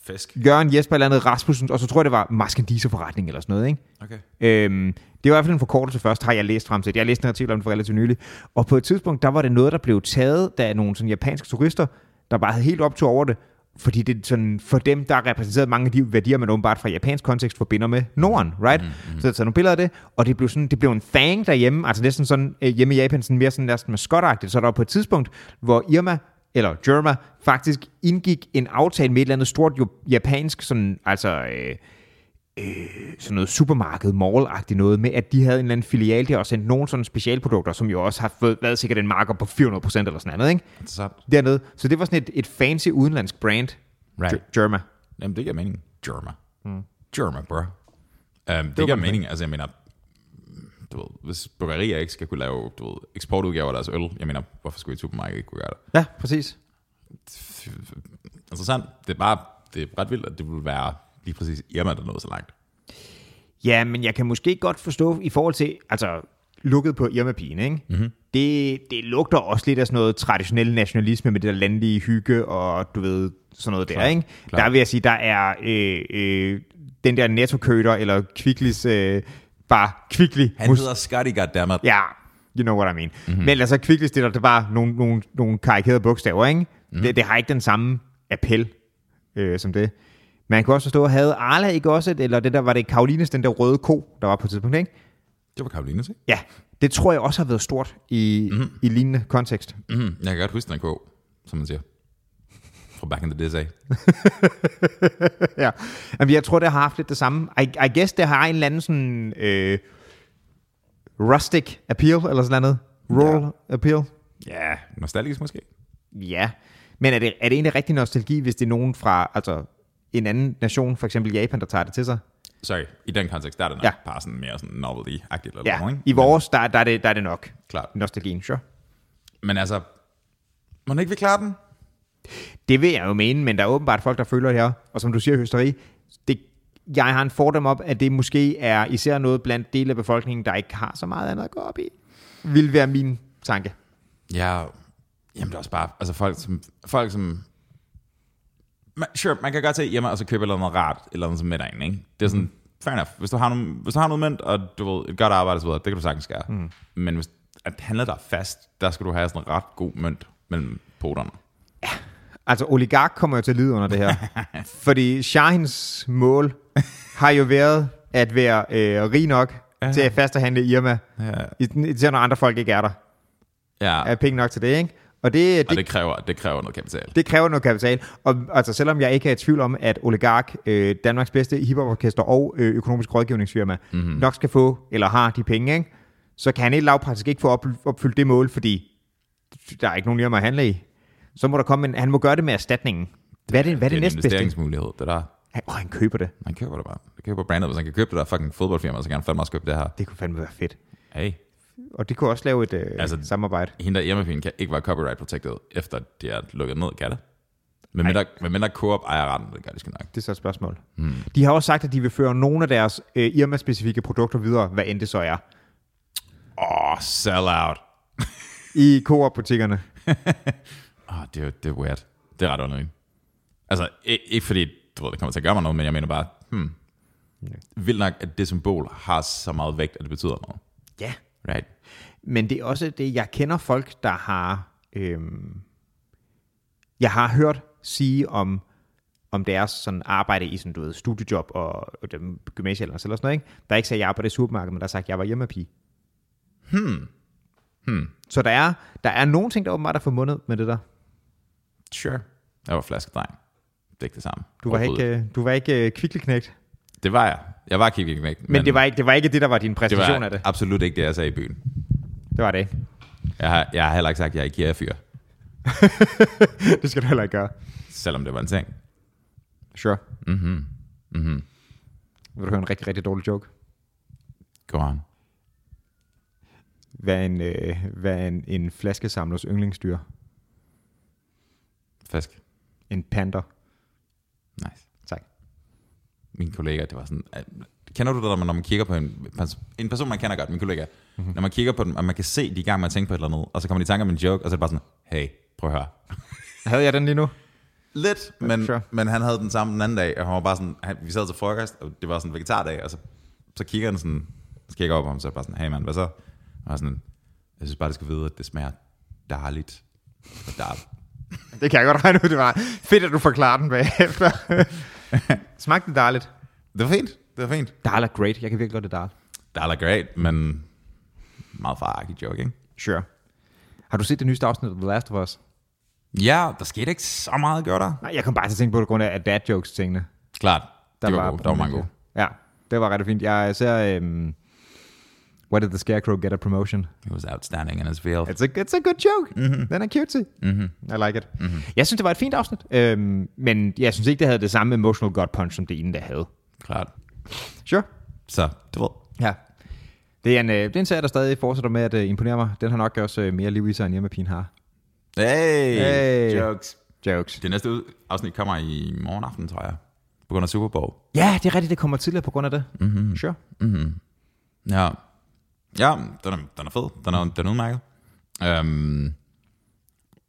[SPEAKER 1] Fisk.
[SPEAKER 2] Jørgen Jesper eller andet Rasmussen. Og så tror jeg, det var Maskendiserforretning eller sådan noget, ikke?
[SPEAKER 1] Okay.
[SPEAKER 2] Øhm, det var i hvert fald en forkortelse først, har jeg læst frem til. Jeg har læst en artikel om det for relativt nylig. Og på et tidspunkt, der var det noget, der blev taget af nogle sådan japanske turister, der bare havde helt optur over det, fordi det er sådan, for dem, der er repræsenteret mange af de værdier, man åbenbart fra japansk kontekst forbinder med Norden, right? Mm-hmm. Så jeg tager nogle billeder af det, og det blev, sådan, det blev en thing derhjemme, altså næsten sådan øh, hjemme i Japan, sådan mere sådan næsten maskotagtigt. Så der var på et tidspunkt, hvor Irma eller Jerma faktisk indgik en aftale med et eller andet stort jo- japansk, sådan, altså øh, sådan noget supermarked, mall noget, med at de havde en eller anden filial der og sendte nogle sådan specialprodukter, som jo også har fået, været sikkert en marker på 400% eller sådan noget, ikke?
[SPEAKER 1] Så,
[SPEAKER 2] Dernede. Så det var sådan et, et fancy udenlandsk brand.
[SPEAKER 1] Right.
[SPEAKER 2] Ger- Germa.
[SPEAKER 1] jamen, det giver mening. Germa. Mm. Germa, bro. Um, det, giver mening. Altså, jeg mener, du ved, hvis bryggerier ikke skal kunne lave du ved, eksportudgaver af deres øl, jeg mener, hvorfor skulle et supermarked ikke kunne gøre det?
[SPEAKER 2] Ja, præcis.
[SPEAKER 1] Interessant. Det er bare det er ret vildt, at det ville være lige præcis Irma, der nåede så langt.
[SPEAKER 2] Ja, men jeg kan måske godt forstå i forhold til, altså lukket på Irma-pigen, ikke?
[SPEAKER 1] Mhm.
[SPEAKER 2] Mm-hmm. Det, det lugter også lidt af sådan noget traditionel nationalisme med det der landlige hygge og du ved, sådan noget der, ikke?
[SPEAKER 1] klar.
[SPEAKER 2] Der vil jeg sige, der er øh, øh, den der netto-køter eller kviklis, øh, bare kviklig
[SPEAKER 1] Han hedder Scotty, goddammit.
[SPEAKER 2] Ja, you know what I mean. Mm-hmm. Men altså, Kvicklis, det er der bare nogle, nogle, nogle karikerede bogstaver, ikke? Mm-hmm. Det, det har ikke den samme appel øh, som det. Man kan også forstå, havde Arla ikke også, et, eller det der, var det Karolines, den der røde ko, der var på et tidspunkt, ikke?
[SPEAKER 1] Det var Karolines, ikke?
[SPEAKER 2] Ja, det tror jeg også har været stort i, mm-hmm. i lignende kontekst.
[SPEAKER 1] Mm, jeg kan godt huske den kog, som man siger. Fra back in the days af.
[SPEAKER 2] ja. Jamen, jeg tror, det har haft lidt det samme. I, I guess, det har en eller anden sådan øh, rustic appeal, eller sådan noget. Rural ja. appeal.
[SPEAKER 1] Ja, nostalgisk måske.
[SPEAKER 2] Ja, men er det, er det egentlig rigtig nostalgi, hvis det er nogen fra altså, en anden nation, for eksempel Japan, der tager det til sig?
[SPEAKER 1] Sorry, i den kontekst, der er det nok
[SPEAKER 2] Ja.
[SPEAKER 1] ja. bare sådan mere sådan novelty-agtigt. Eller
[SPEAKER 2] Ja,
[SPEAKER 1] noget, ikke?
[SPEAKER 2] i vores, der, der, er, det, der er det nok.
[SPEAKER 1] Klart.
[SPEAKER 2] Nostalgien, sure.
[SPEAKER 1] Men altså, må ikke vi klare den?
[SPEAKER 2] Det vil jeg jo mene, men der er åbenbart folk, der føler det her. Og som du siger, hysteri, det, jeg har en fordom op, at det måske er især noget blandt dele af befolkningen, der ikke har så meget andet at gå op i. Vil være min tanke.
[SPEAKER 1] Ja, jamen det er også bare, altså folk som, folk som, man, sure, man kan godt tage hjemme og så købe et eller andet rart, et eller andet som middagen, ikke? Det er sådan, fair enough. Hvis du har, nogle, hvis du har noget mønt, og du ved, et godt arbejde og så videre, det kan du sagtens gøre. Mm. Men hvis at handler der fast, der skal du have sådan en ret god mønt mellem poterne.
[SPEAKER 2] Altså, oligark kommer jo til at lide under det her. fordi Shahins mål har jo været at være øh, rig nok til at fastehandle Irma,
[SPEAKER 1] Ja.
[SPEAKER 2] i- især når andre folk ikke er der.
[SPEAKER 1] Ja,
[SPEAKER 2] Er penge nok til det, ikke? Og det,
[SPEAKER 1] og
[SPEAKER 2] det,
[SPEAKER 1] det kræver, det kræver noget kapital.
[SPEAKER 2] det kræver noget kapital. Og altså, selvom jeg ikke er i tvivl om, at Oligark, øh, Danmarks bedste hiphoporkester og øh, økonomisk rådgivningsfirma,
[SPEAKER 1] Mhm.
[SPEAKER 2] mm-hmm. nok skal få, eller har de penge, ikke? så kan han helt lavpraktisk ikke få op, opfyldt det mål, fordi der er ikke nogen Irma at handle i. Så må der komme en, han må gøre det med erstatningen. Hvad er det, hvad er
[SPEAKER 1] Det er
[SPEAKER 2] det,
[SPEAKER 1] en
[SPEAKER 2] næstbedste?
[SPEAKER 1] investeringsmulighed, det der.
[SPEAKER 2] Han, åh, han køber det.
[SPEAKER 1] Han køber det bare. Han køber brandet. Hvis han kan købe det der fucking fodboldfirma, så kan han fandme også købe det her.
[SPEAKER 2] Det kunne fandme være fedt.
[SPEAKER 1] Hey,
[SPEAKER 2] Og det kunne også lave et øh, altså,
[SPEAKER 1] Altså-
[SPEAKER 2] samarbejde.
[SPEAKER 1] hende der hjemmefin kan ikke være copyright protected, efter de er lukket ned, kan det? Men mindre, men mindre Coop ejer retten, det gør de sgu nok.
[SPEAKER 2] Det er så et spørgsmål. Hmm. De har også sagt, at de vil føre nogle af deres øh, Irma-specifikke produkter videre, hvad end det så er,
[SPEAKER 1] Åh, oh, sell out.
[SPEAKER 2] i Coop-butikkerne.
[SPEAKER 1] Åh, oh, det, er- det er weird. Det er ret underligt. Altså, ikke, ikke fordi, du ved, det kommer til at gøre mig noget, men jeg mener bare, hmm. Vildt nok, at det symbol har så meget vægt, at det betyder noget.
[SPEAKER 2] Ja.
[SPEAKER 1] Right.
[SPEAKER 2] Men det er også det, jeg kender folk, der har... Øhm, jeg har hørt sige om, om deres sådan arbejde i sådan, du ved, studiejob og, og dem, gymnasie eller sådan noget, ikke? der er ikke sagde, at jeg arbejder i supermarkedet, men der har sagt, at jeg var hjemmepige. Hmm. Hmm. Så der er, der er nogle ting, der åbenbart er forbundet med det der.
[SPEAKER 1] Sure. Jeg var flaskedreng. Det er ikke det samme.
[SPEAKER 2] Du var
[SPEAKER 1] Overhovedet.
[SPEAKER 2] ikke, øh, du var ikke øh, kvikleknægt.
[SPEAKER 1] Det var jeg. Jeg var kigget væk.
[SPEAKER 2] Men, men det, var ikke, det var ikke det, der var din
[SPEAKER 1] det
[SPEAKER 2] præstation
[SPEAKER 1] var
[SPEAKER 2] af det.
[SPEAKER 1] absolut ikke det, jeg sagde i byen.
[SPEAKER 2] Det var det ikke.
[SPEAKER 1] Jeg har, jeg har heller ikke sagt, at jeg er IKEA-fyr,
[SPEAKER 2] det skal du heller ikke gøre.
[SPEAKER 1] selvom det var en ting. Mhm.
[SPEAKER 2] Sure. Mm-hmm. Mm-hmm. Vil du høre en rigtig, rigtig dårlig joke?
[SPEAKER 1] Go on.
[SPEAKER 2] Hvad er en, øh, hvad er en, en flaskesamlers yndlingsdyr?
[SPEAKER 1] Fisk.
[SPEAKER 2] En panter.
[SPEAKER 1] Nice.
[SPEAKER 2] Tak.
[SPEAKER 1] Min kollega, det var sådan... øh, Kender du det, når man, når man kigger på en, pers- en person, man kender godt, min kollega? Mm-hmm. Når man kigger på dem, og man kan se, de er i gang med at tænke på et eller andet, og så kommer de i tanke om en joke, og så er det bare sådan, hey, prøv at høre.
[SPEAKER 2] Havde jeg den lige nu?
[SPEAKER 1] Lidt, men,
[SPEAKER 2] Sure.
[SPEAKER 1] Øh, sure. men han havde den samme den anden dag, og han var bare sådan, han, vi sad til frokost, og det var sådan en vegetardag, og så, så kigger han sådan, så kigger jeg op på ham, så er jeg bare sådan, hey mand, hvad så? Og jeg var sådan, jeg synes bare, du skal vide, at det smager dejligt. Og der-
[SPEAKER 2] Det kan jeg godt regne ud, det var. Fedt, at du forklarer den bagefter. Smagte den dejligt?
[SPEAKER 1] Det var fint, det var fint.
[SPEAKER 2] Dal er great. Jeg kan virkelig godt det dal.
[SPEAKER 1] Der er great, men meget faragtig joke, ikke?
[SPEAKER 2] Sure. Har du set det nyeste afsnit af The Last of Us?
[SPEAKER 1] Ja, der skete ikke så meget, gør der?
[SPEAKER 2] Nej, jeg kom bare til at tænke på det på grund af at dad jokes tingene.
[SPEAKER 1] Klart,
[SPEAKER 2] Der
[SPEAKER 1] det var, gode. Der var mange gode.
[SPEAKER 2] Ja, det var ret fint. Jeg ser... Øhm, What did the scarecrow get a promotion?
[SPEAKER 1] It was outstanding in his field.
[SPEAKER 2] It's a, it's a good joke. Mm-hmm. Den er cutesy. Mm-hmm. I like it. Mm-hmm. Jeg synes, det var et fint afsnit. Øhm, men jeg synes ikke, det havde det samme emotional gut punch, som det ene, der havde.
[SPEAKER 1] Klart.
[SPEAKER 2] Sure.
[SPEAKER 1] Så, du ved.
[SPEAKER 2] Ja. Det er en, øh, det er en serie, der stadig fortsætter med at øh, imponere mig. Den har nok også øh, mere liv i sig, end Irma Pien har.
[SPEAKER 1] Hey,
[SPEAKER 2] Hey.
[SPEAKER 1] jokes.
[SPEAKER 2] Jokes.
[SPEAKER 1] Det næste ud- afsnit kommer i morgen aften, tror jeg. På grund af Super Bowl.
[SPEAKER 2] Ja, det er rigtigt, det kommer tidligere på grund af det. Mm-hmm. Sure.
[SPEAKER 1] Ja, ja den, er, den er fed. Den er, den er udmærket. Øhm, men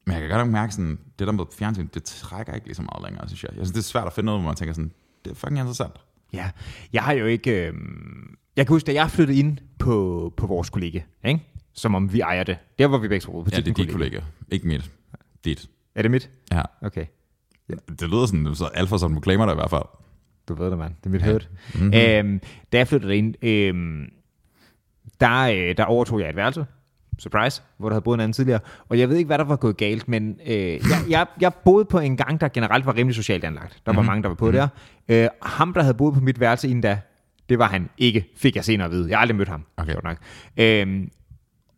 [SPEAKER 1] jeg kan godt nok mærke, sådan, det der med fjernsyn, det trækker ikke lige så meget længere, synes jeg. Jeg synes, det er svært at finde noget, hvor man tænker sådan, det er fucking interessant.
[SPEAKER 2] Ja, jeg har jo ikke... Øh... Jeg kan huske, da jeg flyttede ind på, på vores kollega, ikke? som om vi ejer det. Der var vi begge to på
[SPEAKER 1] Ja, det er dit kollega. Ikke mit. Dit.
[SPEAKER 2] Er det mit?
[SPEAKER 1] Ja.
[SPEAKER 2] Okay.
[SPEAKER 1] Det lyder sådan, så alfa som du claimer det i hvert fald.
[SPEAKER 2] Du ved det, mand. Det er mit hørt.
[SPEAKER 1] Mhm.
[SPEAKER 2] Mm-hmm. Øhm, da jeg flyttede ind, øhm, der, øh, der overtog jeg et værelse. Surprise. Hvor der havde boet en anden tidligere. Og jeg ved ikke, hvad der var gået galt, men øh, jeg, jeg, jeg boede på en gang, der generelt var rimelig socialt anlagt. Der var
[SPEAKER 1] Mhm.
[SPEAKER 2] mm-hmm. mange, der var på mm-hmm. der. Øh, ham, der havde boet på mit værelse inden da, det var han ikke, fik jeg senere at vide. Jeg har aldrig mødt ham.
[SPEAKER 1] Okay.
[SPEAKER 2] sjovt Nok. Øhm,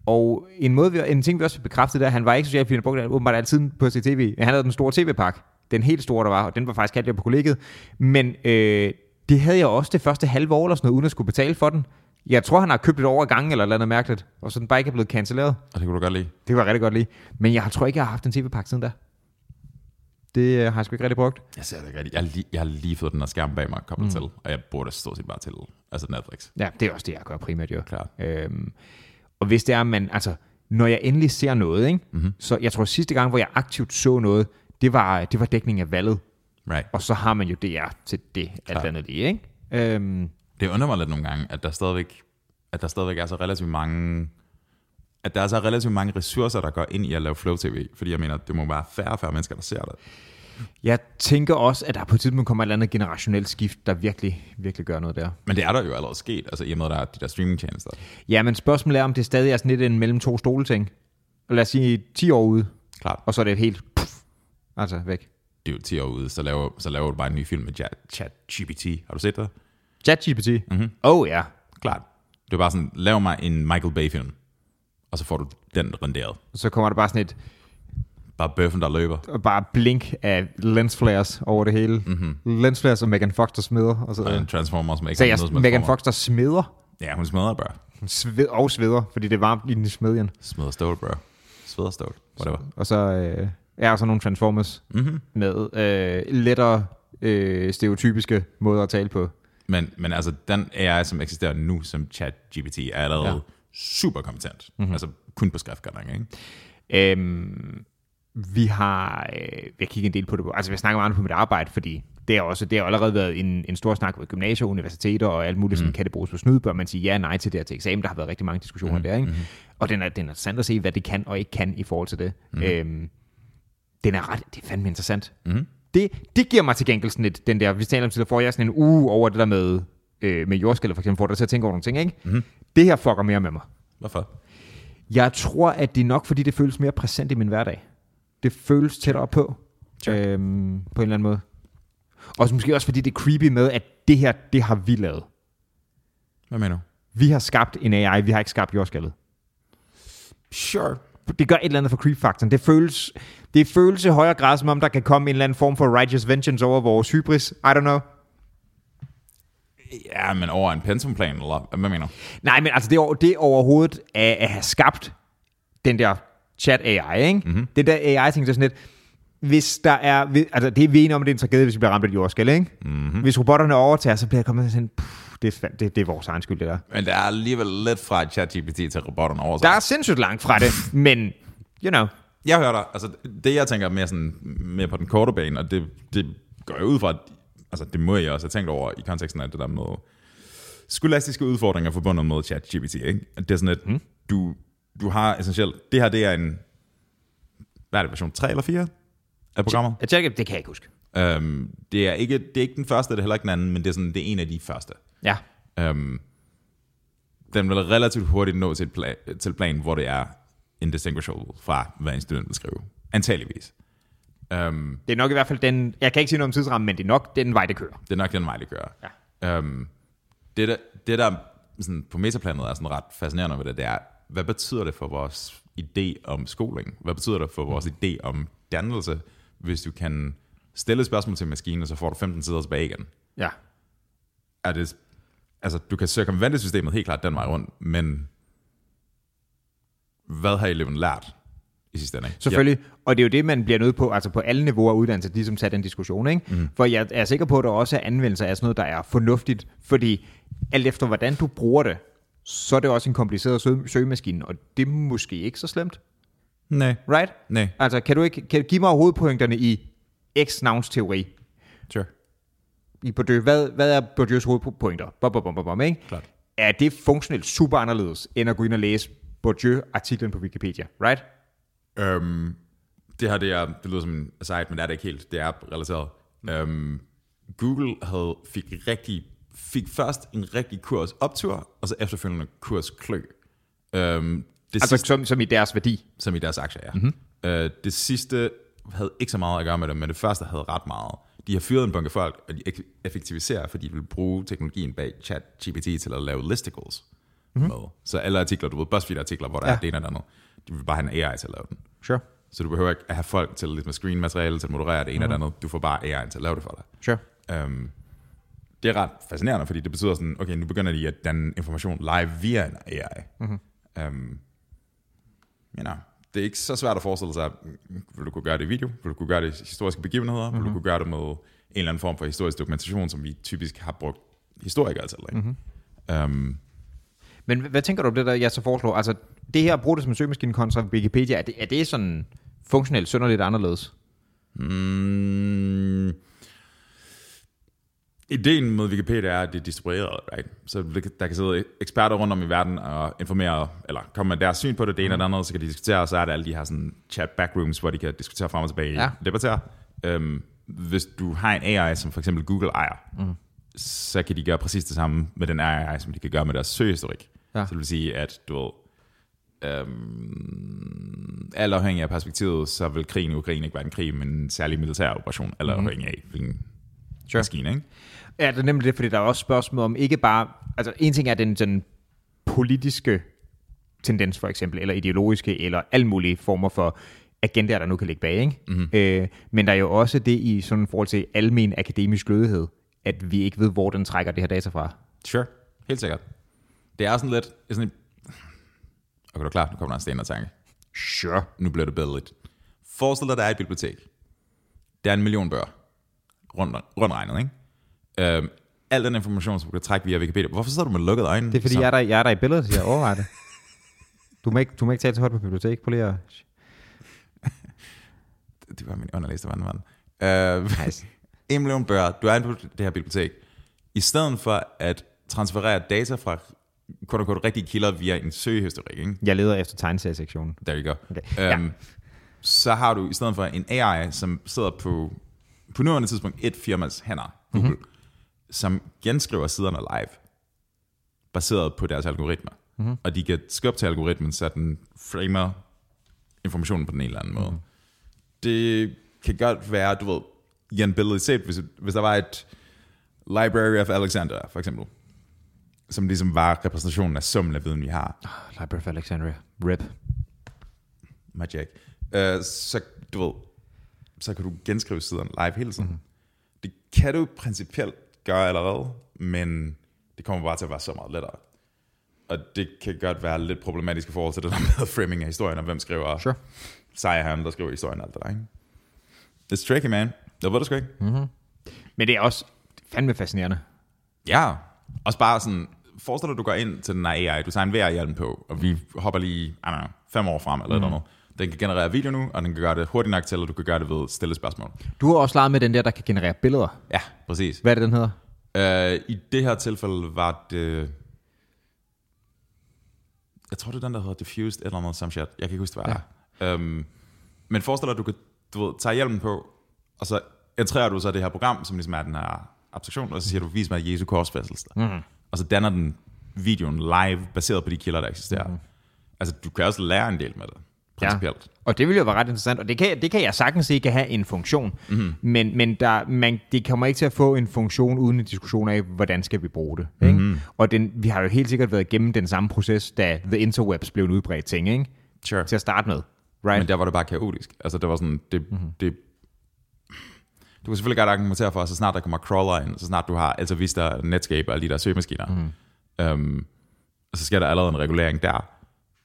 [SPEAKER 2] og en, måde, vi, en ting, vi også bekræftede, det er, at han var ikke social, fordi han brugte det åbenbart altid på sit tv. Han havde den store tv-pakke, den helt store, der var, og den var faktisk kaldt jeg på kollegiet. Men øh, det havde jeg også det første halve år eller sådan noget, uden at skulle betale for den. Jeg tror, han har købt det over gange eller noget andet mærkeligt, og så den bare ikke er blevet cancelleret.
[SPEAKER 1] Og det kunne du godt lide.
[SPEAKER 2] Det kunne jeg rigtig godt lide. Men jeg tror ikke, jeg har haft en tv-pakke siden da. Det øh, har jeg sgu ikke rigtig brugt.
[SPEAKER 1] Jeg ser det ikke rigtigt. Jeg, har lige, jeg har lige fået den der skærm bag mig koblet mm. til, og jeg burde stort set bare til altså Netflix.
[SPEAKER 2] Ja, det er også det, jeg gør primært jo.
[SPEAKER 1] Klart.
[SPEAKER 2] Øhm, og hvis det er, man, altså, når jeg endelig ser noget, ikke? Mm-hmm. så jeg tror sidste gang, hvor jeg aktivt så noget, det var, det var dækningen af valget.
[SPEAKER 1] Right.
[SPEAKER 2] Og så har man jo DR til det, alt andet lige, ikke? Øhm,
[SPEAKER 1] Det undrer mig lidt nogle gange, at der stadigvæk, at der stadigvæk er så relativt mange at der er så relativt mange ressourcer, der går ind i at lave Flow TV. Fordi jeg mener, det må være færre og færre mennesker, der ser det.
[SPEAKER 2] jeg tænker også, at der på et tidspunkt kommer et eller andet generationelt skift, der virkelig, virkelig gør noget der.
[SPEAKER 1] Men det er der jo allerede sket, altså i og med, at der er de der streamingtjenester.
[SPEAKER 2] Ja, men spørgsmålet er, om det stadig er sådan lidt en mellem to stole ting. Lad os sige 10 år ude,
[SPEAKER 1] Klart.
[SPEAKER 2] og så er det helt puff, altså væk.
[SPEAKER 1] Det er jo 10 år ude, så laver, så laver du bare en ny film med Ja- ChatGPT. Har du set det?
[SPEAKER 2] ChatGPT. Mm-hmm. Oh ja.
[SPEAKER 1] Klart. Det er bare sådan, lav mig en Michael Bay-film, og så får du den renderet.
[SPEAKER 2] Så kommer der bare sådan et,
[SPEAKER 1] Bare bøffen, der løber.
[SPEAKER 2] og bare blink af lens flares over det hele. Mm-hmm. Lens flares og Megan Fox, der smider. Og så,
[SPEAKER 1] Og en
[SPEAKER 2] ja.
[SPEAKER 1] Transformers, som ikke
[SPEAKER 2] Så jeg,
[SPEAKER 1] som helst
[SPEAKER 2] Megan
[SPEAKER 1] form.
[SPEAKER 2] Fox, der smider
[SPEAKER 1] Ja, hun smadrer, bro.
[SPEAKER 2] Hun sved, og sveder, fordi det er varmt i den smedjen.
[SPEAKER 1] Smadrer stål, bro. Sveder stål. Whatever.
[SPEAKER 2] Og så øh, er der så nogle Transformers mm-hmm. med øh, lettere øh, stereotypiske måder at tale på.
[SPEAKER 1] Men, men altså, den AI, som eksisterer nu, som ChatGPT, er allerede
[SPEAKER 2] Ja.
[SPEAKER 1] ja. super kompetent. Mm-hmm. Altså, kun på skrift, godt nok, ikke?
[SPEAKER 2] Øhm, vi har øh, jeg kigger en del på det. Altså, jeg snakker meget om det på mit arbejde, fordi det har også det har allerede været en, en stor snak ved gymnasier, universiteter og alt muligt. Sådan, kan det bruges på snyd? Bør man sige ja nej til det her til eksamen? Der har været rigtig mange diskussioner mm, der. Ikke? Mm. Og den er, den er interessant at se, hvad det kan og ikke kan i forhold til det. Mm. Øhm, den er ret, det er fandme interessant.
[SPEAKER 1] Mm-hmm.
[SPEAKER 2] Mm. Det, det giver mig til gengæld sådan lidt, den der, vi taler om tidligere, får jeg sådan en uge over det der med, øh, med jordskælv for eksempel, får dig til at tænke over nogle ting, ikke? Mm. Det her fucker mere med mig.
[SPEAKER 1] Hvorfor?
[SPEAKER 2] Jeg tror, at det er nok, fordi det føles mere præsent i min hverdag. Det føles tættere på, øhm, på en eller anden måde. Og måske også, fordi det er creepy med, at det her, det har vi lavet.
[SPEAKER 1] Hvad mener du?
[SPEAKER 2] Vi har skabt en AI, vi har ikke skabt jordskaldet.
[SPEAKER 1] Sure.
[SPEAKER 2] Det gør et eller andet for creep-faktoren. Det føles, det føles i højere grad, som om der kan komme en eller anden form for righteous vengeance over vores hybris. I don't know.
[SPEAKER 1] Ja, men over en pensumplan, eller hvad mener du?
[SPEAKER 2] Nej, men altså det, over- det overhovedet at, at have skabt den der chat AI, ikke? Mm-hmm. Det der AI ting, det er sådan lidt, hvis der er, vi- altså det er vi er enige om, at det er en tragedie, hvis vi bliver ramt af et jordskæld, ikke? Mm-hmm. Hvis robotterne overtager, så bliver jeg kommet sådan, "Puh, det, er, fa- det, det er vores egen skyld, det der.
[SPEAKER 1] Men der er alligevel lidt fra ChatGPT til robotterne over sig.
[SPEAKER 2] Der er sindssygt langt fra det, men, you know,
[SPEAKER 1] Jeg hører dig. Altså, det jeg tænker mere, sådan, mere på den korte bane, og det, det går jeg ud fra, at, altså det må jeg også have tænkt over i konteksten af det der med skolastiske udfordringer forbundet med ChatGPT, ikke? At Det er sådan, at mm. du, du har essentielt, det her det er en, hvad er det, version 3 eller 4 af programmet?
[SPEAKER 2] Jeg tænker, det kan jeg ikke huske.
[SPEAKER 1] Øhm, det, er ikke, det er ikke den første, det er heller ikke den anden, men det er, sådan, det er en af de første.
[SPEAKER 2] Ja.
[SPEAKER 1] Øhm, den vil relativt hurtigt nå til et, pla- til et plan, hvor det er indistinguishable fra, hvad en student vil skrive. Antageligvis. Øhm,
[SPEAKER 2] Det er nok i hvert fald den, jeg kan ikke sige noget om tidsrammen, men det er nok den vej, det kører.
[SPEAKER 1] det er nok den vej, det gør. Ja. Øhm, det, der, det der sådan på metaplanet er sådan ret fascinerende ved det, det er, hvad betyder det for vores idé om skoling? Hvad betyder det for vores idé om dannelse, hvis du kan stille et spørgsmål til maskinen, og så får du 15 sider tilbage igen?
[SPEAKER 2] Ja.
[SPEAKER 1] er det, altså, du kan cirkumvente systemet helt klart den vej rundt, men hvad har eleven lært i sidste ende? ikke?
[SPEAKER 2] Selvfølgelig, ja. og det er jo det, man bliver nødt på, altså på alle niveauer af uddannelse, ligesom tage den diskussion, ikke? Mm. For jeg er sikker på, at der også er anvendelser af sådan noget, der er fornuftigt, fordi alt efter hvordan du bruger det, så er det også en kompliceret sø- søgemaskine, og det er måske ikke så slemt,
[SPEAKER 1] Ja. Nej.
[SPEAKER 2] right?
[SPEAKER 1] Nej,
[SPEAKER 2] Altså, kan du ikke kan du give mig hovedpointerne i x navns teori
[SPEAKER 1] sure.
[SPEAKER 2] i Bourdieu? Hvad, hvad er Bourdieu's hovedpointer? Bom, bom, bom, bom, bom, ikke?
[SPEAKER 1] Klart.
[SPEAKER 2] Er det funktionelt super anderledes, end at gå ind og læse Bourdieu-artiklen på Wikipedia, right?
[SPEAKER 1] Øhm, det her, det, er, det lyder som en aside, men det er det ikke helt. Det er relateret. Mm. Øhm, Google havde, fik, rigtig, fik først en rigtig kurs optur, og så efterfølgende kurs klø. Øhm, det
[SPEAKER 2] Altså, som, som i deres værdi.
[SPEAKER 1] som i deres aktier er. Mm-hmm. Øh, det sidste havde ikke så meget at gøre med det, men det første havde ret meget. De har fyret en bunke folk, og de ek- effektiviserer, fordi de vil bruge teknologien bag ChatGPT til at lave listicles. Mm-hmm. Med. Så alle artikler, du ved, BuzzFeed-artikler, hvor der ja.
[SPEAKER 2] Ja.
[SPEAKER 1] er det ene eller andet, de vil bare have en AI til at lave den.
[SPEAKER 2] Sure,
[SPEAKER 1] Så du behøver ikke at have folk til lidt med screen-materiale, til at moderere det ene mm-hmm. eller andet. Du får bare AI'en til at lave det for dig.
[SPEAKER 2] sure.
[SPEAKER 1] Øhm, det er ret fascinerende, fordi det betyder sådan, okay, nu begynder de at danne information live via en AI. Mm-hmm. Øhm, you know, det er ikke så svært at forestille sig, vil du kunne gøre det i video, vil du kunne gøre det i historiske begivenheder, mm-hmm. vil du kunne gøre det med en eller anden form for historisk dokumentation, som vi typisk har brugt historikere til. Ikke? Mm-hmm. Øhm,
[SPEAKER 2] Men hvad- hvad tænker du om det, der jeg så foreslår? Altså, det her at bruge det som en søgemaskine kontra Wikipedia, er det, er det sådan funktionelt synderligt anderledes?
[SPEAKER 1] Mm. Ideen med Wikipedia er, at det er distribueret, right? Så det- der kan sidde eksperter rundt om i verden og informere, eller komme med deres syn på det, det ene eller andet, så kan de diskutere, og så er der alle de her sådan, chat backrooms, hvor de kan diskutere frem og tilbage
[SPEAKER 2] Ja.
[SPEAKER 1] ja. debattere. Øhm, hvis du har en AI, som for eksempel Google ejer, mm. så kan de gøre præcis det samme med den AI, som de kan gøre med deres søgehistorik.
[SPEAKER 2] Ja.
[SPEAKER 1] Ja. Så det vil sige, at du ved, alt afhængig af perspektivet, så vil krigen i Ukraine ikke være en krig, men en særlig militær operation, alt
[SPEAKER 2] Mhm.
[SPEAKER 1] afhængig af hvilken sure. maskine, ikke?
[SPEAKER 2] Ja, det er nemlig det, fordi der er også spørgsmål om ikke bare... Altså, en ting er den sådan politiske tendens, for eksempel, eller ideologiske, eller alle mulige former for agendaer, der nu kan ligge bag, ikke? Mm-hmm. Øh, men der er jo også det i sådan forhold til almen akademisk lødighed, at vi ikke ved, hvor den trækker det her data fra.
[SPEAKER 1] Sure. Helt sikkert. Det er sådan lidt... det er Sådan en... Okay, du er klar. Nu kommer der en sten og tanke.
[SPEAKER 2] Sure.
[SPEAKER 1] Nu bliver det bedre lidt. Forestil dig, at der er et bibliotek. Der er en million bøger. Rundt, rundt regnet, ikke? Øhm, al den information, som du kan trække via Wikipedia. Hvorfor sidder du med lukkede øjne?
[SPEAKER 2] Det er fordi,
[SPEAKER 1] Så-
[SPEAKER 2] jeg er, der, jeg er der i billedet, så jeg overvejer det. Du må ikke, du må ikke tale så højt på bibliotek, prøv lige at...
[SPEAKER 1] det var min underlæste vandvand. Uh, nice. en million bør, du er inde på det her bibliotek. I stedet for at transferere data fra kun og kun rigtige kilder via en søgehistorik, ikke?
[SPEAKER 2] Jeg leder efter tegneseriesektionen.
[SPEAKER 1] Der vi går.
[SPEAKER 2] Okay, ja.
[SPEAKER 1] Okay. Um, Så har du i stedet for en AI, som sidder på, på nuværende tidspunkt et firmas hænder, Google, mm-hmm. som genskriver siderne live, baseret på deres algoritmer. Mm-hmm. Og de kan skubbe til algoritmen, så den framer informationen på den ene eller anden måde. Mm-hmm. Det kan godt være, du ved, i en billede set, hvis, hvis der var et Library of Alexandria, for eksempel, som ligesom var repræsentationen af summen af viden, vi har.
[SPEAKER 2] Library of Alexandria. Rip.
[SPEAKER 1] Magic. Øh, så du ved, så kan du genskrive siderne live hele tiden. Mm-hmm. Det kan du principielt gøre allerede, men det kommer bare til at være så meget lettere. Og det kan godt være lidt problematisk i forhold til det der med framing af historien, og hvem skriver
[SPEAKER 2] Sure.
[SPEAKER 1] sejrherren, der skriver historien og alt det der, ikke? It's tricky, man. Jeg ved det sgu ikke.
[SPEAKER 2] Men det er også fandme fascinerende.
[SPEAKER 1] Ja, også bare sådan, forestil dig, at du går ind til den her AI, du tager en VR-hjelm på, og vi hopper lige, I don't know, fem år frem eller mm. noget. Den kan generere video nu, og den kan gøre det hurtigt nok til, at du kan gøre det ved stille spørgsmål.
[SPEAKER 2] Du har også leget med den der, der kan generere billeder.
[SPEAKER 1] Ja, præcis.
[SPEAKER 2] Hvad er det, den hedder?
[SPEAKER 1] Øh, I det her tilfælde var det... Jeg tror, det er den, der hedder Diffused eller noget som shit. Jeg kan ikke huske, hvad det var. Ja. Øhm, men forestil dig, at du kan du ved, tage hjelmen på, og så entrerer du så det her program, som ligesom er den her abstraktion, og så siger du, vis mig Jesu korsfæstelse. Mm. Og så danner den videoen live, baseret på de kilder, der eksisterer. Mm. Altså, du kan også lære en del med det, principielt. Ja.
[SPEAKER 2] Og det ville jo være ret interessant, og det kan, det kan jeg sagtens se kan have en funktion, mm-hmm. men, men der, man, det kommer ikke til at få en funktion uden en diskussion af, hvordan skal vi bruge det. Ikke? Mm-hmm. Og den, vi har jo helt sikkert været igennem den samme proces, da The Interwebs blev en udbredt ting, ikke?
[SPEAKER 1] Sure.
[SPEAKER 2] til at starte med. Right?
[SPEAKER 1] Men der var det bare kaotisk. Altså, det var sådan, det, mm-hmm. det, du kan selvfølgelig godt argumentere for, at så snart der kommer crawler ind, så snart du har altså, Alta Vista, Netscape og alle de der søgemaskiner, mm-hmm. øhm, så sker der allerede en regulering der,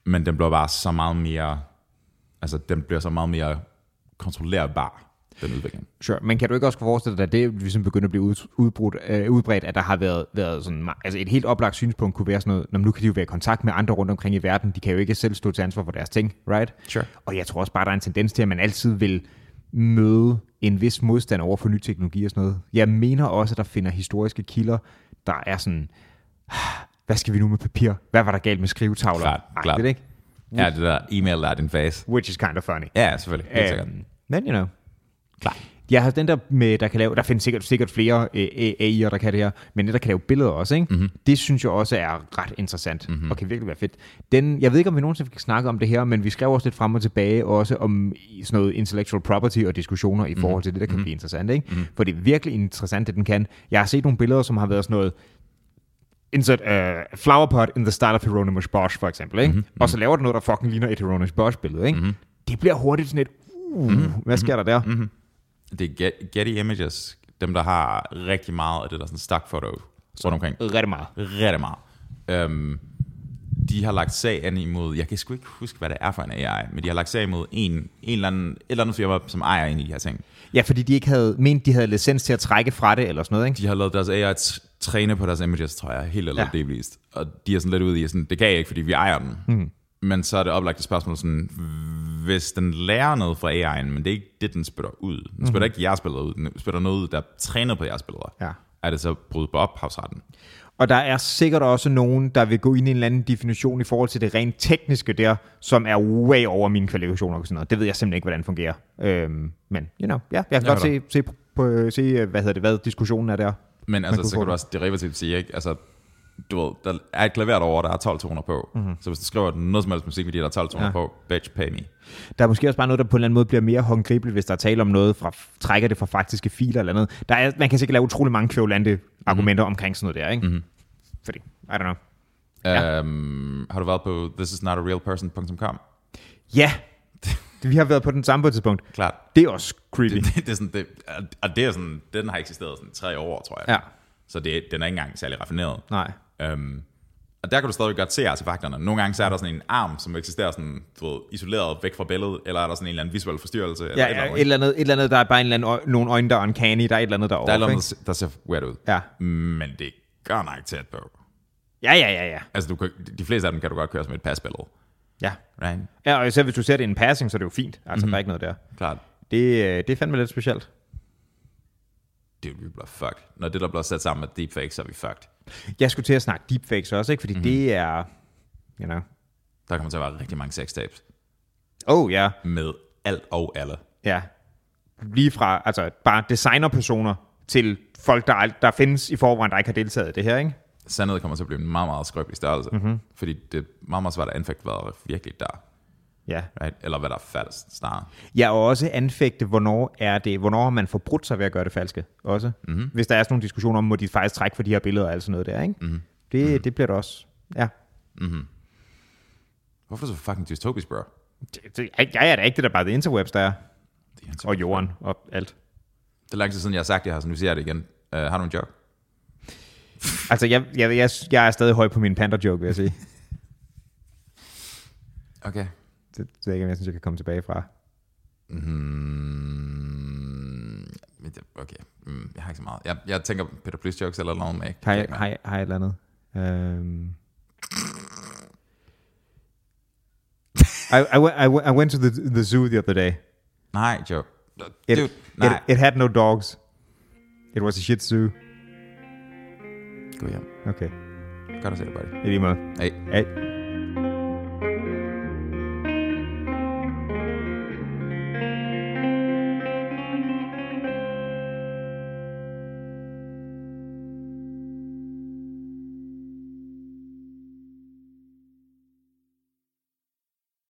[SPEAKER 1] men den bliver bare så meget mere altså den bliver så meget mere kontrollerbar, den udvikling.
[SPEAKER 2] Sure. Men kan du ikke også forestille dig, at det ligesom begynder at blive ud, udbrudt, øh, udbredt, at der har været, været sådan, altså et helt oplagt synspunkt kunne være sådan noget, når nu kan de jo være i kontakt med andre rundt omkring i verden, de kan jo ikke selv stå til ansvar for deres ting, right?
[SPEAKER 1] Sure.
[SPEAKER 2] Og jeg tror også bare, der er en tendens til, at man altid vil møde en vis modstand over for ny teknologi og sådan noget. Jeg mener også, at der finder historiske kilder, der er sådan, "Ah, hvad skal vi nu med papir? Hvad var der galt med skrivetavler?
[SPEAKER 1] Klart, klart.
[SPEAKER 2] Det ikke?
[SPEAKER 1] Ja, det der e-mail, der er din face.
[SPEAKER 2] Which is kind of funny.
[SPEAKER 1] Ja, selvfølgelig. Helt sikkert.
[SPEAKER 2] Øhm, Men you know.
[SPEAKER 1] Klar.
[SPEAKER 2] Jeg har den der, med, der kan lave, der findes sikkert, sikkert flere øh, AI'er, der kan det her, men den der kan lave billeder også, ikke?
[SPEAKER 1] Mhm.
[SPEAKER 2] Mm-hmm. det synes jeg også er ret interessant, mm-hmm. og kan virkelig være fedt. Den, jeg ved ikke, om vi nogensinde kan snakke om det her, men vi skrev også lidt frem og tilbage, også om sådan noget intellectual property og diskussioner i
[SPEAKER 1] Mhm.
[SPEAKER 2] forhold til det, der kan mm-hmm. blive interessant. Ikke? Mm-hmm. For det er virkelig interessant, det den kan. Jeg har set nogle billeder, som har været sådan noget, insert uh, flower pot in the style of Hieronymus Bosch, for eksempel. Ikke?
[SPEAKER 1] Mhm.
[SPEAKER 2] Mm-hmm. Og så laver den noget, der fucking ligner et Hieronymus Bosch-billede. Ikke? Mm-hmm. Det bliver hurtigt sådan et, uh, mm-hmm. hvad sker der der? Mm-hmm.
[SPEAKER 1] Det er Get- Getty Images, dem der har rigtig meget af det der sådan stock photo rundt omkring.
[SPEAKER 2] Rigtig meget.
[SPEAKER 1] Rigtig meget. Øhm, de har lagt sag an imod, jeg kan sgu ikke huske, hvad det er for en AI, men de har lagt sag imod en, en eller anden, et eller andet firma, som ejer en af de her ting.
[SPEAKER 2] Ja, fordi de ikke havde, mente, de havde licens til at trække fra det, eller sådan noget, ikke?
[SPEAKER 1] De har lavet deres AI t- træne på deres images, tror jeg, helt eller ja. delvist. Og de er sådan lidt ude i, sådan, det kan jeg ikke, fordi vi ejer dem. Mm. Men så er det oplagt et spørgsmål sådan, hvis den lærer noget fra AI'en, men det er ikke det, den spytter ud. Den spytter mm. ikke jeres billeder ud, den spytter noget ud, der er trænet på jeres billeder.
[SPEAKER 2] Ja.
[SPEAKER 1] Er det så brud på ophavsretten?
[SPEAKER 2] Og der er sikkert også nogen, der vil gå ind i en eller anden definition i forhold til det rent tekniske der, som er way over mine kvalifikationer og sådan noget. Det ved jeg simpelthen ikke, hvordan fungerer. Øhm, men, you know, ja, jeg kan
[SPEAKER 1] Ja,
[SPEAKER 2] godt se, se, på, se, hvad hedder det, hvad diskussionen er der.
[SPEAKER 1] Men altså,
[SPEAKER 2] kunne
[SPEAKER 1] så
[SPEAKER 2] få
[SPEAKER 1] kan du
[SPEAKER 2] det.
[SPEAKER 1] også derivativt sige, ikke? Altså, du ved, der er et klaver derovre, der er 12 toner på. Mm-hmm. Så hvis du skriver noget som helst musik, fordi der er 12 toner
[SPEAKER 2] Mhm. Ja.
[SPEAKER 1] ja. på, bitch, pay me.
[SPEAKER 2] Der er måske også bare noget, der på en eller anden måde bliver mere håndgribeligt, hvis der er tale om noget, fra, trækker det fra faktiske filer eller andet. Der er, man kan sikkert lave utrolig mange kvælante argumenter omkring sådan noget der, ikke? Mm-hmm. Fordi, I don't know. Ja.
[SPEAKER 1] Ja. Øhm, har du været på thisisnotarealperson.com?
[SPEAKER 2] Ja, vi har været på den samme på et tidspunkt.
[SPEAKER 1] Klart.
[SPEAKER 2] Det er også creepy.
[SPEAKER 1] Det, det, det er sådan, det, og det er sådan, den har eksisteret sådan tre år, tror jeg.
[SPEAKER 2] Ja.
[SPEAKER 1] Så det, den er ikke engang særlig raffineret.
[SPEAKER 2] Nej.
[SPEAKER 1] Øhm, og der kan du stadig godt se artefakterne. Nogle gange så er der sådan en arm, som eksisterer sådan, du ved, isoleret væk fra billedet, eller er der sådan en eller anden visuel forstyrrelse. eller
[SPEAKER 2] Ja,
[SPEAKER 1] et eller
[SPEAKER 2] ja,
[SPEAKER 1] andet,
[SPEAKER 2] et eller andet, et eller andet der er bare en eller anden, øj- nogle øjne, der er uncanny, der er et eller andet, der er
[SPEAKER 1] Der er et eller
[SPEAKER 2] off, ikke?
[SPEAKER 1] andet, der ser weird ud.
[SPEAKER 2] Ja.
[SPEAKER 1] Men det gør nok tæt på.
[SPEAKER 2] Ja, ja, ja, ja.
[SPEAKER 1] Altså, du kan, de fleste af dem kan du godt køre som et pasbillede.
[SPEAKER 2] Ja,
[SPEAKER 1] Right?
[SPEAKER 2] ja og især hvis du ser det i en passing, så er det jo fint. Altså,
[SPEAKER 1] Mhm.
[SPEAKER 2] mm-hmm. der er ikke noget der.
[SPEAKER 1] Klart.
[SPEAKER 2] Det, øh, det er fandme lidt specielt.
[SPEAKER 1] Det vi bliver fucked. Når det der bliver sat sammen med deepfakes, så er vi fucked.
[SPEAKER 2] Jeg skulle til at snakke deepfakes også, ikke? Fordi
[SPEAKER 1] Mhm.
[SPEAKER 2] mm-hmm. det er... You know.
[SPEAKER 1] Der kommer til at være rigtig mange sextapes.
[SPEAKER 2] Oh, ja.
[SPEAKER 1] Med alt og alle.
[SPEAKER 2] Ja. Lige fra altså, bare designerpersoner til folk, der, ald- der findes i forvejen, der ikke har deltaget i det her, ikke?
[SPEAKER 1] Sandhed kommer til at blive en meget, meget skrøbelig størrelse.
[SPEAKER 2] Mhm.
[SPEAKER 1] Mm-hmm. Fordi det er meget, meget svært at anfægte, hvad der er virkelig der.
[SPEAKER 2] Ja.
[SPEAKER 1] Right? Eller hvad der er falsk snarere.
[SPEAKER 2] Ja, og også anfægte, hvornår er det, hvornår har man forbrudt sig ved at gøre det falske også. Mm-hmm. Hvis der er sådan nogle diskussioner om, må de faktisk trække for de her billeder og alt sådan noget der, ikke? Mm-hmm. Det, mm-hmm. det bliver det også. Ja.
[SPEAKER 1] Hvorfor er det så fucking dystopisk, bro?
[SPEAKER 2] Det, det, jeg jeg er da ikke det, der bare det interwebs, der er.
[SPEAKER 1] Det er,
[SPEAKER 2] Og jorden og alt.
[SPEAKER 1] det er lang tid siden, jeg har sagt det her, så nu siger jeg det igen. Uh, har du en joke?
[SPEAKER 2] Altså, jeg, jeg, jeg, jeg er stadig høj på min panda-joke, vil jeg sige.
[SPEAKER 1] Okay.
[SPEAKER 2] Det, det er ikke, om jeg synes, jeg kan komme tilbage fra.
[SPEAKER 1] Mm, Hmm. men det- okay. Mm, jeg har ikke så meget. Jeg, jeg tænker på Peter Plys jokes eller noget med. ikke?
[SPEAKER 2] Har jeg,
[SPEAKER 1] Ikke,
[SPEAKER 2] har jeg, har jeg et eller andet? Øhm. I, I, went- I, went- I went to the, the zoo the other day.
[SPEAKER 1] Nej, Joe.
[SPEAKER 2] It,
[SPEAKER 1] Dude, nej.
[SPEAKER 2] It, it had no dogs. It was a shih tzu.
[SPEAKER 1] Gå hjem.
[SPEAKER 2] Okay.
[SPEAKER 1] Godt at se dig, buddy.
[SPEAKER 2] I lige måde.
[SPEAKER 1] Hey.
[SPEAKER 2] Hey.